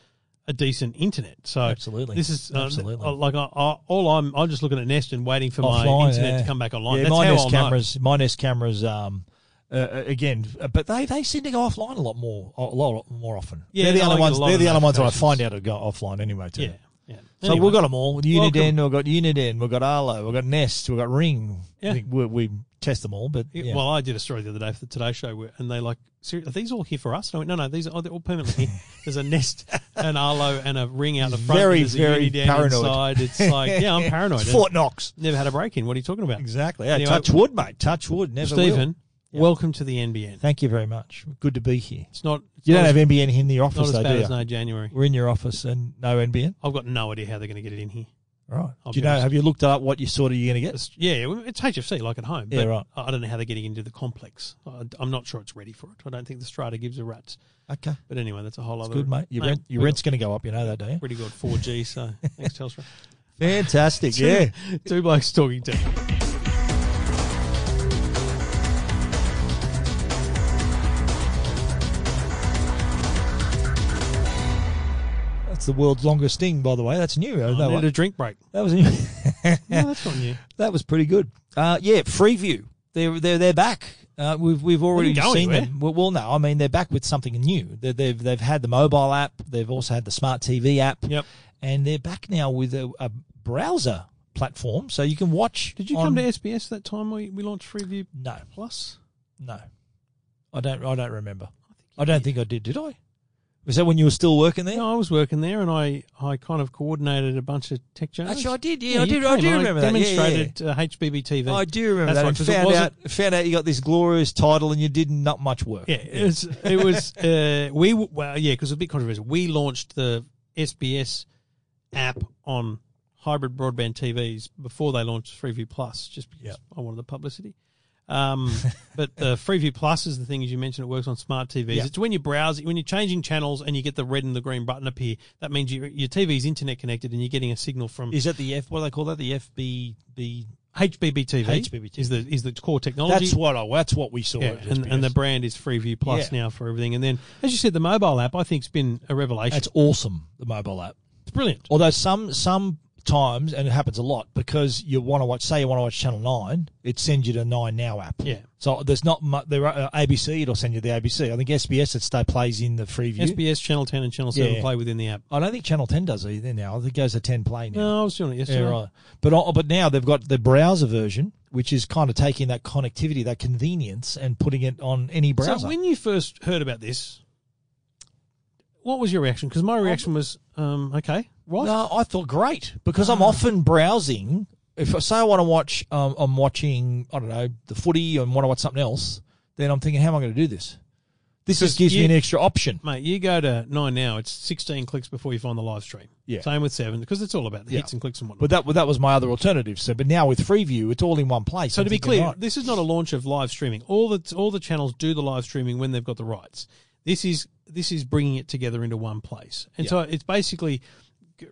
S1: a decent internet. So
S2: Absolutely.
S1: this is uh,
S2: Absolutely.
S1: uh, like I, I, all I'm. I'm just looking at Nest and waiting for my
S2: Offline,
S1: internet
S2: yeah.
S1: to come back online.
S2: Yeah,
S1: That's
S2: my
S1: how
S2: Nest
S1: I'll know.
S2: cameras, my Nest cameras. Um, uh, again, uh, but they they seem to go offline a lot more, a lot more often.
S1: Yeah,
S2: they're the
S1: I
S2: only
S1: get a
S2: ones.
S1: lot
S2: They're
S1: of
S2: the only ones that I
S1: notifications.
S2: find out to go offline anyway. Too.
S1: Yeah, yeah.
S2: So
S1: Anyway,
S2: we've got them all. Uniden,
S1: welcome.
S2: we've got Uniden, we've got Arlo, we've got Nest, we've got Ring.
S1: Yeah.
S2: I think we, we test them all, but yeah.
S1: Well, I did a story the other day for the Today Show, where, and they like, "Ser- are these all here for us? And I went, no, no, these are oh, they're all permanently here. There's a nest, an Arlo, and a ring out the front.
S2: very,
S1: and there's
S2: very
S1: a Uniden Inside.
S2: paranoid.
S1: It's like, yeah, I'm paranoid.
S2: it's Fort Knox.
S1: Never had a break in. What are you talking about?
S2: Exactly. Yeah,
S1: Anyway,
S2: touch wood, mate. Touch wood. Never will.
S1: Stephen, welcome to the NBN.
S2: Thank you very much. Good to be here.
S1: It's not. It's
S2: You
S1: not
S2: don't
S1: as,
S2: have NBN in the
S1: not
S2: office,
S1: as
S2: though,
S1: bad
S2: do
S1: as
S2: you?
S1: no January.
S2: We're in your office and no NBN.
S1: I've got no idea how they're going to get it in here.
S2: All right.
S1: I'll
S2: do you
S1: be
S2: know?
S1: honest.
S2: Have you looked up what you sort of you're going to get?
S1: It's, yeah, well, it's HFC like at home.
S2: Yeah,
S1: but
S2: right.
S1: I I don't know how they're getting into the complex. I, I'm not sure it's ready for it. I don't think the Strata gives a rat's.
S2: Okay.
S1: But anyway, that's a whole
S2: It's
S1: other.
S2: good, mate. Your, rent, your
S1: we've
S2: rent's going to go up. You know that, don't you?
S1: got Pretty good 4G. So thanks, Telstra.
S2: Fantastic. yeah.
S1: Two blokes talking to.
S2: That's the world's longest sting, by the way. That's new. I
S1: I
S2: don't know
S1: needed
S2: what-
S1: a drink break.
S2: that was new.
S1: No, that's not new.
S2: that was pretty good. Uh, yeah, Freeview. They're they're they're back. Uh, we've we've already
S1: didn't go
S2: seen
S1: anywhere.
S2: them. Well, well, no, I mean they're back with something new. They, they've they've had the mobile app. They've also had the smart TV app.
S1: Yep.
S2: And they're back now with a, a browser platform, so you can watch.
S1: Did you
S2: on-
S1: come to SBS that time we, we launched Freeview
S2: No,
S1: Plus?
S2: no, I don't. I don't remember. I don't think I did. Did I? Was that when you were still working there?
S1: No, I was working there, and I, I kind of coordinated a bunch of tech journals.
S2: Actually, I did. Yeah,
S1: Yeah,
S2: I
S1: you
S2: did. I
S1: came.
S2: do remember that. Yeah, yeah, yeah.
S1: Demonstrated uh, HBB TV.
S2: I do
S1: That's
S2: remember that.
S1: right,
S2: and
S1: 'cause it
S2: found out,
S1: wasn't-
S2: found out you got this glorious title and you did not much work.
S1: Yeah, it was. It was uh, we w- well, yeah, because it was a bit controversial. We launched the SBS app on hybrid broadband TVs before they launched Freeview Plus, just because
S2: Yeah.
S1: I wanted the publicity. Um, but the Freeview Plus is the thing, as you mentioned, it works on smart TVs.
S2: Yeah.
S1: It's when you browse, when you're changing channels and you get the red and the green button appear. That means your your TV's internet connected and you're getting a signal from
S2: Is that the F? What do they call that? The FBB.
S1: HBB TV.
S2: HBB
S1: is the is the core technology.
S2: That's what I. That's what we saw.
S1: Yeah,
S2: at
S1: and, and the
S2: SBS.
S1: brand is Freeview Plus
S2: Yeah.
S1: now for everything. And then, as you said, the mobile app I think's been a revelation.
S2: that's awesome. The mobile app.
S1: it's brilliant.
S2: Although some some times and it happens a lot because you want to watch. Say you want to watch Channel Nine, it sends you to Nine Now app.
S1: Yeah.
S2: So there's not much. There are uh, ABC. It'll send you the ABC. I think SBS it stay plays in the Freeview.
S1: SBS Channel Ten and Channel Seven
S2: Yeah.
S1: play within the app.
S2: I don't think Channel Ten does either now. I think it goes to Ten Play now.
S1: No, I was doing it yesterday.
S2: Yeah, right. But uh, but now they've got the browser version, which is kind of taking that connectivity, that convenience, and putting it on any browser.
S1: So when you first heard about this, what was your reaction? Because my reaction was, um, okay, what? Ah.
S2: No, I thought great because I'm often browsing. If I say I want to watch, um, I'm watching, I don't know, the footy and want to watch something else, then I'm thinking, how am I going to do this? This just gives
S1: you-
S2: me an extra option.
S1: Mate, you go to nine now. It's sixteen clicks before you find the live stream.
S2: Yeah.
S1: Same with seven because it's all about the
S2: Yeah.
S1: hits and clicks and whatnot.
S2: But that well, that was my other alternative. So, but now with Freeview, it's all in one place.
S1: So
S2: I'm
S1: to be
S2: thinking,
S1: clear,
S2: right.
S1: this is not a launch of live streaming. All the all the channels do the live streaming when they've got the rights. This is this is bringing it together into one place, and so it's basically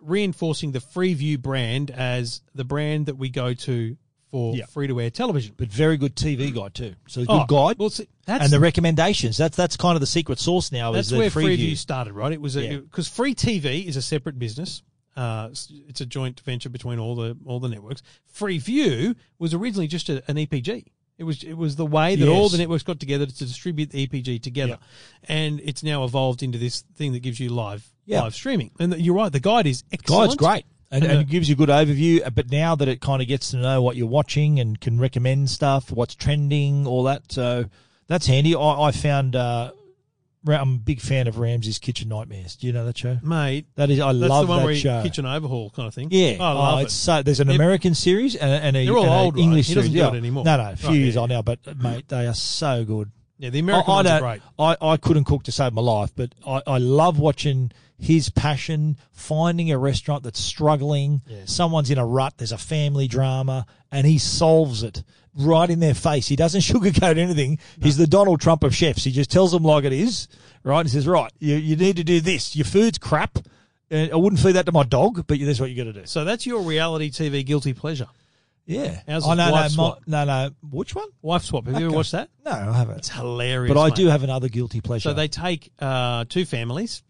S1: reinforcing the Freeview brand as the brand that we go to for
S6: Yeah.
S1: free to air television.
S2: But very good TV guide too. So a good
S1: Oh,
S2: guide
S1: well, see, that's
S2: and the recommendations. That's that's kind of the secret sauce now.
S1: that's
S2: is the
S1: where
S2: free
S1: Freeview
S2: view.
S1: started, right? It was
S2: Yeah.
S1: because Free TV is a separate business. Uh, s- it's a joint venture between all the all the networks. Freeview was originally just a, an EPG. It was it was the way that all
S6: Yes.
S1: the networks got together to distribute the EPG together, and it's now evolved into this thing that gives you live
S2: Yeah.
S1: live streaming. And th- you're right, the guide is excellent.
S2: Guide's great.
S6: And,
S1: And
S6: and
S1: the-
S6: it gives you a good overview, uh, but now that it kind of gets to know what you're watching and can recommend stuff, what's trending, all that, so that's handy. I, I found uh, Ra- I'm a big fan of Ramsey's Kitchen Nightmares. Do you know that show?
S1: mate.
S6: That is, I
S1: Mm. That's
S6: love
S1: the one
S6: that
S1: where you-
S6: show.
S1: kitchen overhaul kind of thing.
S6: Yeah,
S1: I love
S6: oh,
S1: it.
S6: It's so, there's an
S1: Yep.
S6: American series and, a- and a,
S1: They're all
S6: and a
S1: old, right?
S6: English
S1: He doesn't
S6: series.
S1: do
S6: yeah.
S1: it anymore.
S6: No, no, a few
S1: Right,
S6: years
S1: yeah.
S6: on now, but mate, they are so good.
S1: Yeah, the American
S6: I, I
S1: ones are
S6: don't-
S1: great.
S6: I, I couldn't cook to save my life, but I, I love watching his passion, finding a restaurant that's struggling. Someone's in a rut, there's a family drama, and he solves it right in their face. He doesn't sugarcoat anything. He's the Donald Trump of chefs. He just tells them like it is, right? He says, right, you, you need to do this. Your food's crap. Uh, I wouldn't feed that to my dog, but that's what you got to do.
S1: So that's your reality TV guilty pleasure.
S6: Yeah.
S1: Ours
S6: oh,
S1: is
S6: no, no,
S1: wife
S6: my,
S1: swap.
S6: no, no. Which one?
S1: Wife Swap. Have you ever
S6: Okay.
S1: watched that?
S6: No, I haven't.
S1: It's hilarious.
S6: but I
S1: mate.
S6: do have another guilty pleasure.
S1: So they take uh, two families,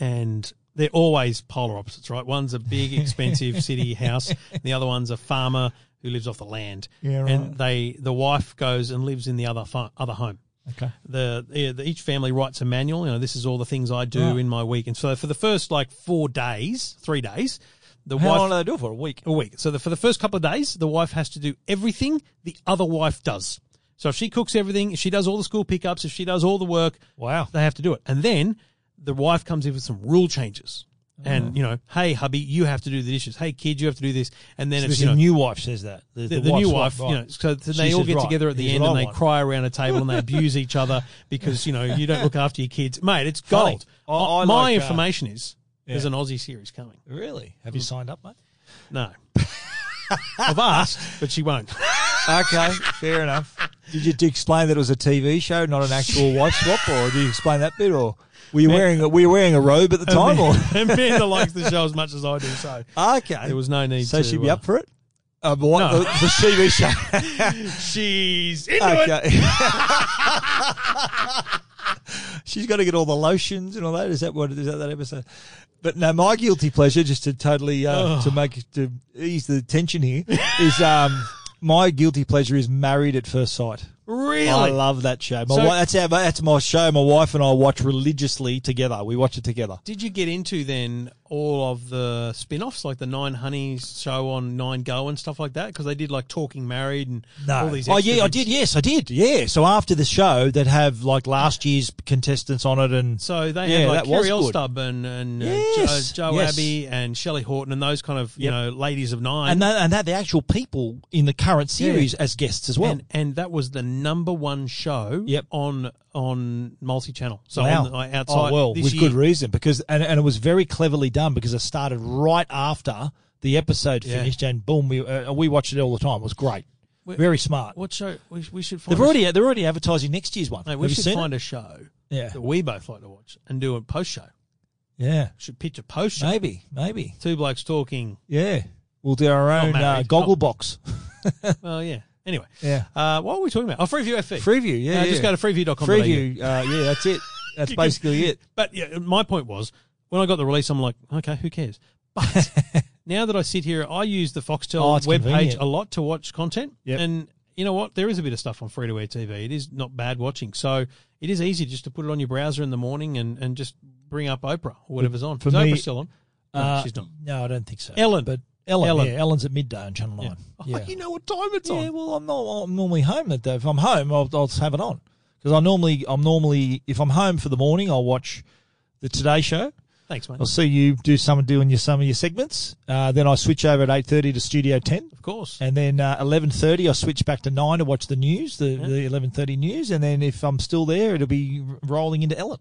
S1: and they're always polar opposites, right? One's a big, expensive city house, and the other one's a farmer who lives off the land.
S6: Yeah, right.
S1: And they, the wife goes and lives in the other fa- other home.
S6: okay.
S1: The, yeah, the each family writes a manual. You know, this is all the things I do in my week. And so for the first like four days, three days, the
S2: How
S1: wife
S2: long do they do it for? A week.
S1: a week. So the, for the first couple of days, the wife has to do everything the other wife does. So if she cooks everything, if she does all the school pickups, if she does all the work,
S6: Wow.
S1: they have to do it. And then the wife comes in with some rule changes.
S6: Oh,
S1: And you know, hey hubby, you have to do the dishes. Hey kid, you have to do this. And then it's
S6: This
S1: you know,
S6: new wife says that. The,
S1: the,
S6: the
S1: the new
S6: wife's
S1: wife,
S6: right,
S1: you know,
S6: right.
S1: so then
S6: She
S1: they all
S6: says,
S1: get
S6: "Right,
S1: together at the
S6: here's
S1: end
S6: what
S1: and
S6: I
S1: they
S6: want."
S1: cry around a table and they abuse each other because you know you don't look after your kids, mate. It's
S6: Funny.
S1: gold.
S6: I- I
S1: My
S6: like, uh,
S1: information is there's an Aussie series coming.
S6: Really? Have you signed up, mate?
S1: No, I've asked, but she won't.
S2: Okay, fair enough. Did you, did you explain that it was a TV show, not an actual wife swap, or did you explain that bit, or were you wearing a, were you wearing a robe at the time, or
S1: Amanda likes the show as much as I do, so
S2: okay?
S1: there was no need.
S2: so
S1: to,
S2: she'd be
S1: uh,
S2: up for it. Uh, but what-
S1: No.
S2: the, the TV show.
S1: She's into it.
S2: okay. She's got to get all the lotions and all that. Is that what is that that episode? But no, my guilty pleasure, just to totally uh, to make to ease the tension here, is um, my guilty pleasure is Married at First Sight.
S1: Really?
S2: I love that show. My
S1: So-
S2: wi- that's our, that's my show. My wife and I watch religiously together. We watch it together.
S1: Did you get into then all of the spin-offs like the Nine Honeys show on Nine Go and stuff like that? Because they did like Talking Married and all these.
S2: oh
S1: extra
S2: yeah, I
S1: bits.
S2: did. Yes, I did. Yeah. So after the show, they'd have like last year's contestants on it, and
S1: So they
S2: Yeah,
S1: had like
S2: that was
S1: Kerry
S2: good.
S1: Elstub and and
S2: Yes,
S1: uh, Joe, Joe
S2: yes.
S1: Abbey and Shelley Horton and those kind of you
S2: Yep.
S1: know ladies of nine.
S2: and that, and that the actual people in the current series as guests as well.
S1: and, and that was the number one show
S2: Yep.
S1: on on multi channel. So
S2: Wow.
S1: on the, like, outside
S2: oh, well,
S1: this
S2: with
S1: year.
S2: good reason because and, and it was very cleverly done because it started right after the episode
S1: Yeah.
S2: finished and boom, we uh, we watched it all the time. It was great,
S1: Wh-
S2: very smart.
S1: What show? We, we should find.
S2: They've
S1: a-
S2: already they're already advertising next year's one.
S1: Mate, we
S2: Have you
S1: should
S2: seen
S1: find
S2: it?
S1: a show
S2: Yeah,
S1: that we both like to watch and do a post show.
S2: yeah,
S1: Should pitch a post show.
S2: maybe, maybe,
S1: Two blokes talking.
S2: yeah. We'll do our own uh,
S1: married.
S2: goggle
S1: Not- Oh.
S2: box.
S1: Well, yeah. Anyway,
S2: Yeah.
S1: Uh, what were we talking about? Oh, Freeview FE.
S2: Freeview, yeah,
S1: Uh,
S2: yeah.
S1: Just go to freeview.com.
S2: Preview, uh, yeah, that's it. That's
S1: You can-
S2: basically it.
S1: But yeah, my point was when I got the release, I'm like, okay, who cares? But now that I sit here, I use the
S2: Oh,
S1: Foxtel
S2: it's
S1: web webpage
S2: convenient.
S1: a lot to watch content.
S6: Yep.
S1: And you know what? There is a bit of stuff on free to air TV. It is not bad watching. So it is easy just to put it on your browser in the morning and, and just bring up Oprah or whatever's on.
S6: For
S1: is
S6: me-
S1: Oprah still on? No,
S2: Uh,
S1: she's not.
S2: No, I don't think so.
S1: Ellen.
S2: but Ellen,
S1: Ellen.
S2: yeah, Ellen's at midday on Channel Nine. Yeah. Oh,
S1: know what time it's
S2: Yeah, well, I'm not. I'm normally home that day. If I'm home, I'll, I'll have it on because I normally, I'm normally, if I'm home for the morning, I'll watch the Today Show.
S1: Thanks, mate.
S2: I'll see you do some doing your some of your segments. Uh, then I switch over at eight thirty to Studio Ten,
S1: Of course.
S2: and then uh, eleven thirty I switch back to nine to watch the news, the the eleven thirty news, and then if I'm still there, it'll be r- rolling into Ellen.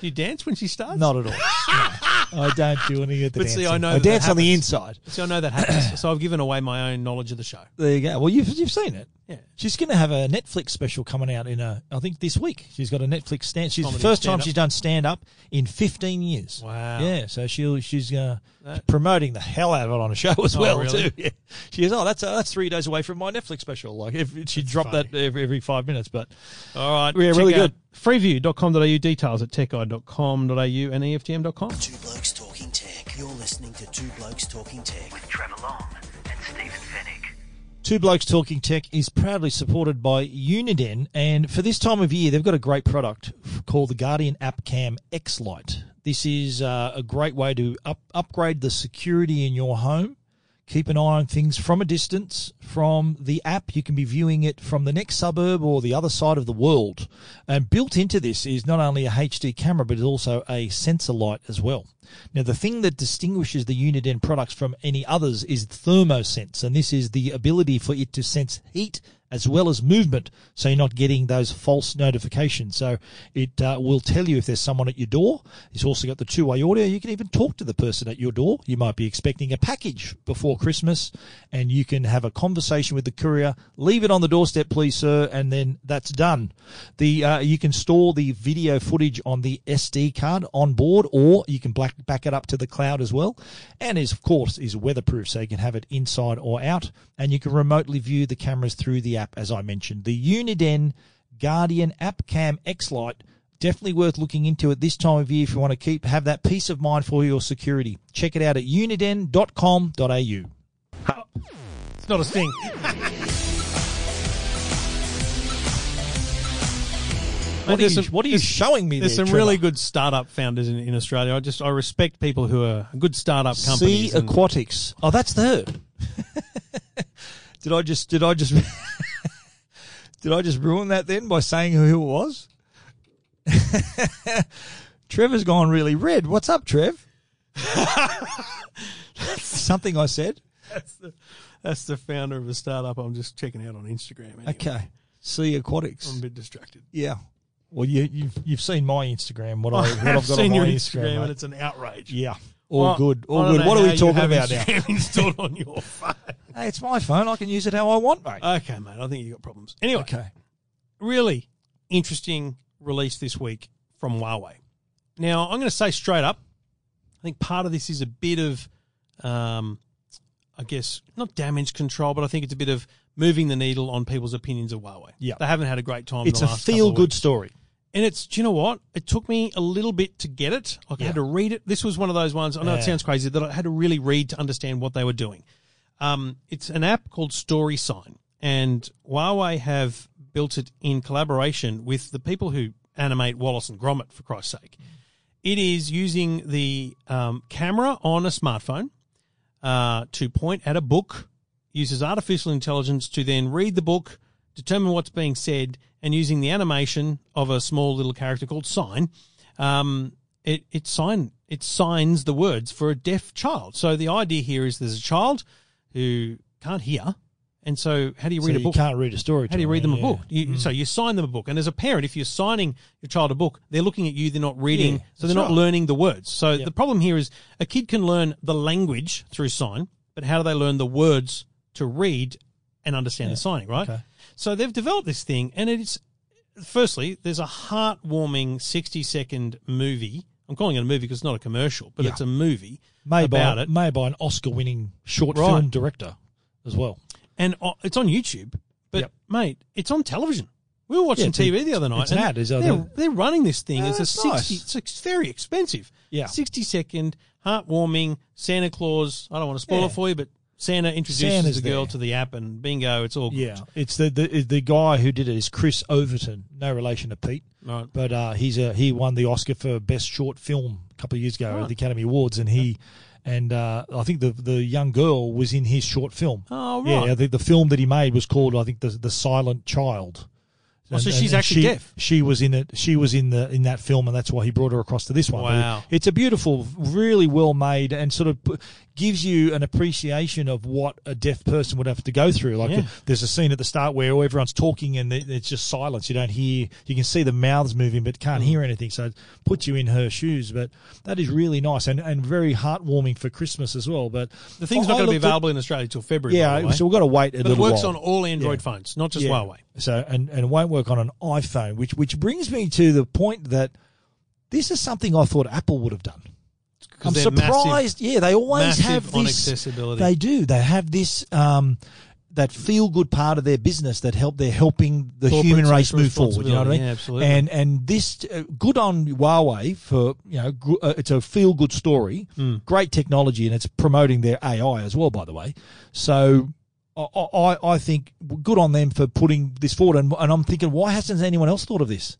S1: Do you dance when she starts?
S2: Not at all. No. I don't do any of the
S1: But see,
S2: dancing.
S1: I know
S2: I
S1: that
S2: dance
S1: that
S2: on the
S1: happens.
S2: inside.
S1: See, I know that happens. so I've given away my own knowledge of the show.
S2: There you go. Well, you've you've seen it.
S1: Yeah.
S2: She's going to have a Netflix special coming out in a, I think this week. She's got a Netflix stand. She's the
S1: Comedy
S2: first time
S1: stand-up.
S2: she's done stand up in 15 years.
S1: Wow.
S2: Yeah, so she'll she's uh,
S1: That-
S2: promoting the hell out of it on a show as
S1: Oh,
S2: well
S1: really?
S2: too. Yeah. She goes, oh, that's uh, that's three days away from my Netflix special. Like if she dropped that every, every five minutes, but
S1: All right.
S2: Yeah,
S1: check
S2: really
S1: out
S2: good.
S1: Freeview.com.au details at techguide.com.au and E EFTM.com.
S4: Two Blokes Talking Tech. You're listening to Two Blokes Talking Tech.
S7: with Trevor Long and Stephen Finnick.
S2: Two Blokes Talking Tech is proudly supported by Uniden, and for this time of year, they've got a great product called the Guardian App Cam X Lite. This is uh, a great way to up, upgrade the security in your home. Keep an eye on things from a distance from the app. You can be viewing it from the next suburb or the other side of the world. And built into this is not only a HD camera, but it's also a sensor light as well. Now, the thing that distinguishes the Uniden products from any others is thermosense, and this is the ability for it to sense heat as well as movement, so you're not getting those false notifications. So it uh, will tell you if there's someone at your door. It's also got the two-way audio. You can even talk to the person at your door. You might be expecting a package before Christmas, and you can have a conversation with the courier. Leave it on the doorstep, please, sir, and then that's done. The uh, you can store the video footage on the SD card on board, or you can black, back it up to the cloud as well. And is of course is weatherproof, so you can have it inside or out, and you can remotely view the cameras through the app. As I mentioned, the Uniden Guardian App Cam X Lite definitely worth looking into at this time of year if you want to keep have that peace of mind for your security. Check it out at uniden.com.au.
S1: It's not a sting.
S2: What are you,
S1: there's some-
S2: what are you
S1: there's-
S2: showing me?
S1: There's
S2: there,
S1: some really
S2: Trevor?
S1: good startup founders in, in Australia. I just I respect people who are good startup
S2: Sea
S1: companies. and-
S2: Aquatics. Oh, that's her. did I just did I just did I just ruin that then by saying who it was? Trevor's gone really red. What's up, Trev? Something I said.
S1: that's the founder of a startup. I'm just checking out on Instagram. Anyway.
S2: Okay. Sea Aquatics.
S1: I'm a bit distracted.
S2: yeah. Well, you, you've you've seen my Instagram. What I,
S1: I
S2: what
S1: have
S2: Oh, I've got
S1: seen
S2: on
S1: your
S2: my
S1: Instagram,
S2: Instagram.
S1: and
S2: mate.
S1: it's an outrage.
S2: yeah. All
S1: I-
S2: good. All
S1: I don't
S2: good.
S1: know
S2: What
S1: how
S2: are we
S1: you
S2: talking
S1: have
S2: about now?
S1: Instagram installed on your phone.
S2: Hey, it's my phone. I can use it how I want, mate.
S1: Okay, mate. I think you got problems. Anyway,
S2: okay.
S1: really interesting release this week from Huawei. Now, I'm going to say straight up, I think part of this is a bit of, um, I guess, not damage control, but I think it's a bit of moving the needle on people's opinions of Huawei.
S2: Yeah.
S1: They haven't had a great time.
S2: It's
S1: the
S2: a
S1: last couple of
S2: feel good
S1: weeks.
S2: story.
S1: And it's, do you know what? It took me a little bit to get it. Like I had to read it. This was one of those ones. I know
S2: Yeah.
S1: it sounds crazy that I had to really read to understand what they were doing. Um, it's an app called Story Sign, and Huawei have built it in collaboration with the people who animate Wallace and Gromit. For Christ's sake, it is using the um, camera on a smartphone uh, to point at a book, uses artificial intelligence to then read the book, determine what's being said, and using the animation of a small little character called Sign, um, it it sign it signs the words for a deaf child. So the idea here is there's a child who can't hear, and so how do you read
S2: So
S1: a
S2: you
S1: book?
S2: can't read a story.
S1: How do you read them a book? You,
S2: Mm.
S1: So you sign them a book, and as a parent, if you're signing your child a book, they're looking at you. They're not reading,
S2: Yeah,
S1: so they're
S2: that's
S1: not
S2: right.
S1: learning the words. So the problem here is a kid can learn the language through sign, but how do they learn the words to read and understand the signing? Right.
S2: okay.
S1: So they've developed this thing, and it's firstly there's a heartwarming 60 second movie. I'm calling it a movie because it's not a commercial, but
S2: Yeah.
S1: it's a movie
S2: Made
S1: about
S2: by,
S1: it.
S2: Made by an Oscar winning short
S1: Right.
S2: film director as well.
S1: and uh, it's on YouTube. But
S2: Yep.
S1: mate, it's on television. We were watching
S2: Yeah, it's-
S1: TV the other night.
S2: it's
S1: and
S2: an ad, is that-
S1: they're, they're running this thing.
S2: Yeah,
S1: it's a
S2: that's nice.
S1: sixty. It's ex- very expensive.
S2: Yeah.
S1: sixty second heartwarming Santa Claus. I don't want to spoil
S2: Yeah.
S1: it for you, but Santa introduces
S2: Santa's
S1: the girl
S2: there.
S1: to the app, and bingo, it's all good.
S2: Yeah. It's the, the the guy who did it is Chris Overton. No relation to Pete.
S1: Right.
S2: But uh, he's a, he won the Oscar for best short film a couple of years ago at the Academy Awards and he and uh, I think the the young girl was in his short film.
S1: Oh, right.
S2: Yeah, I think the film that he made was called I think the the Silent Child.
S1: Oh, so she's actually
S2: she,
S1: deaf.
S2: She was in it. She was in the in that film, and that's why he brought her across to this one. But
S1: Wow.
S2: it's a beautiful, really well made, and sort of p- gives you an appreciation of what a deaf person would have to go through. Like
S1: Yeah.
S2: the- there's a scene at the start where everyone's talking and there- there's just silence. You don't hear. You can see the mouths moving, but can't hear anything. So it puts you in her shoes. But that is really nice and, and very heartwarming for Christmas as well. But
S1: The thing's
S2: I-
S1: not
S2: I
S1: going to be
S2: looked at-
S1: available in Australia till February. by the
S2: yeah,
S1: way.
S2: so we've got to wait a
S1: but it
S2: little
S1: works on
S2: while.
S1: all Android
S2: Yeah.
S1: phones, not just
S2: Yeah.
S1: Huawei.
S2: So and and it won't work on an iPhone, which which brings me to the point that this is something I thought Apple would have done.
S1: 'Cause
S2: I'm
S1: they're massive-
S2: surprised. yeah, they always
S1: massive
S2: have this
S1: on accessibility.
S2: They do. They have this um, that feel good part of their business that help. They're helping the
S1: Corporate
S2: human race
S1: social
S2: move forward. You know what
S1: responsibility.
S2: I mean?
S1: Yeah, absolutely.
S2: And and this uh, good on Huawei for you know gr- uh, it's a feel good story.
S1: Hmm.
S2: Great technology, and it's promoting their AI as well. By the way, so. I, I, I think good on them for putting this forward, and, and I'm thinking, why hasn't anyone else thought of this?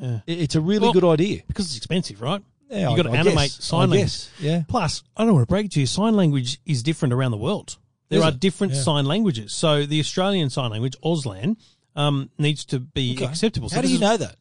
S2: It- It's a really
S1: Well,
S2: good idea.
S1: because it's expensive, right? you
S2: Yeah, I-
S1: got to
S2: I
S1: animate
S2: guess,
S1: sign
S2: I
S1: language.
S2: guess, yeah.
S1: Plus, I don't want to break it to you, sign language is different around the world. There
S2: Is
S1: are
S2: it?
S1: different
S2: Yeah.
S1: sign languages. So the Australian sign language, Auslan, um, needs to be acceptable. So
S2: How do
S1: this
S2: you
S1: is-
S2: know that?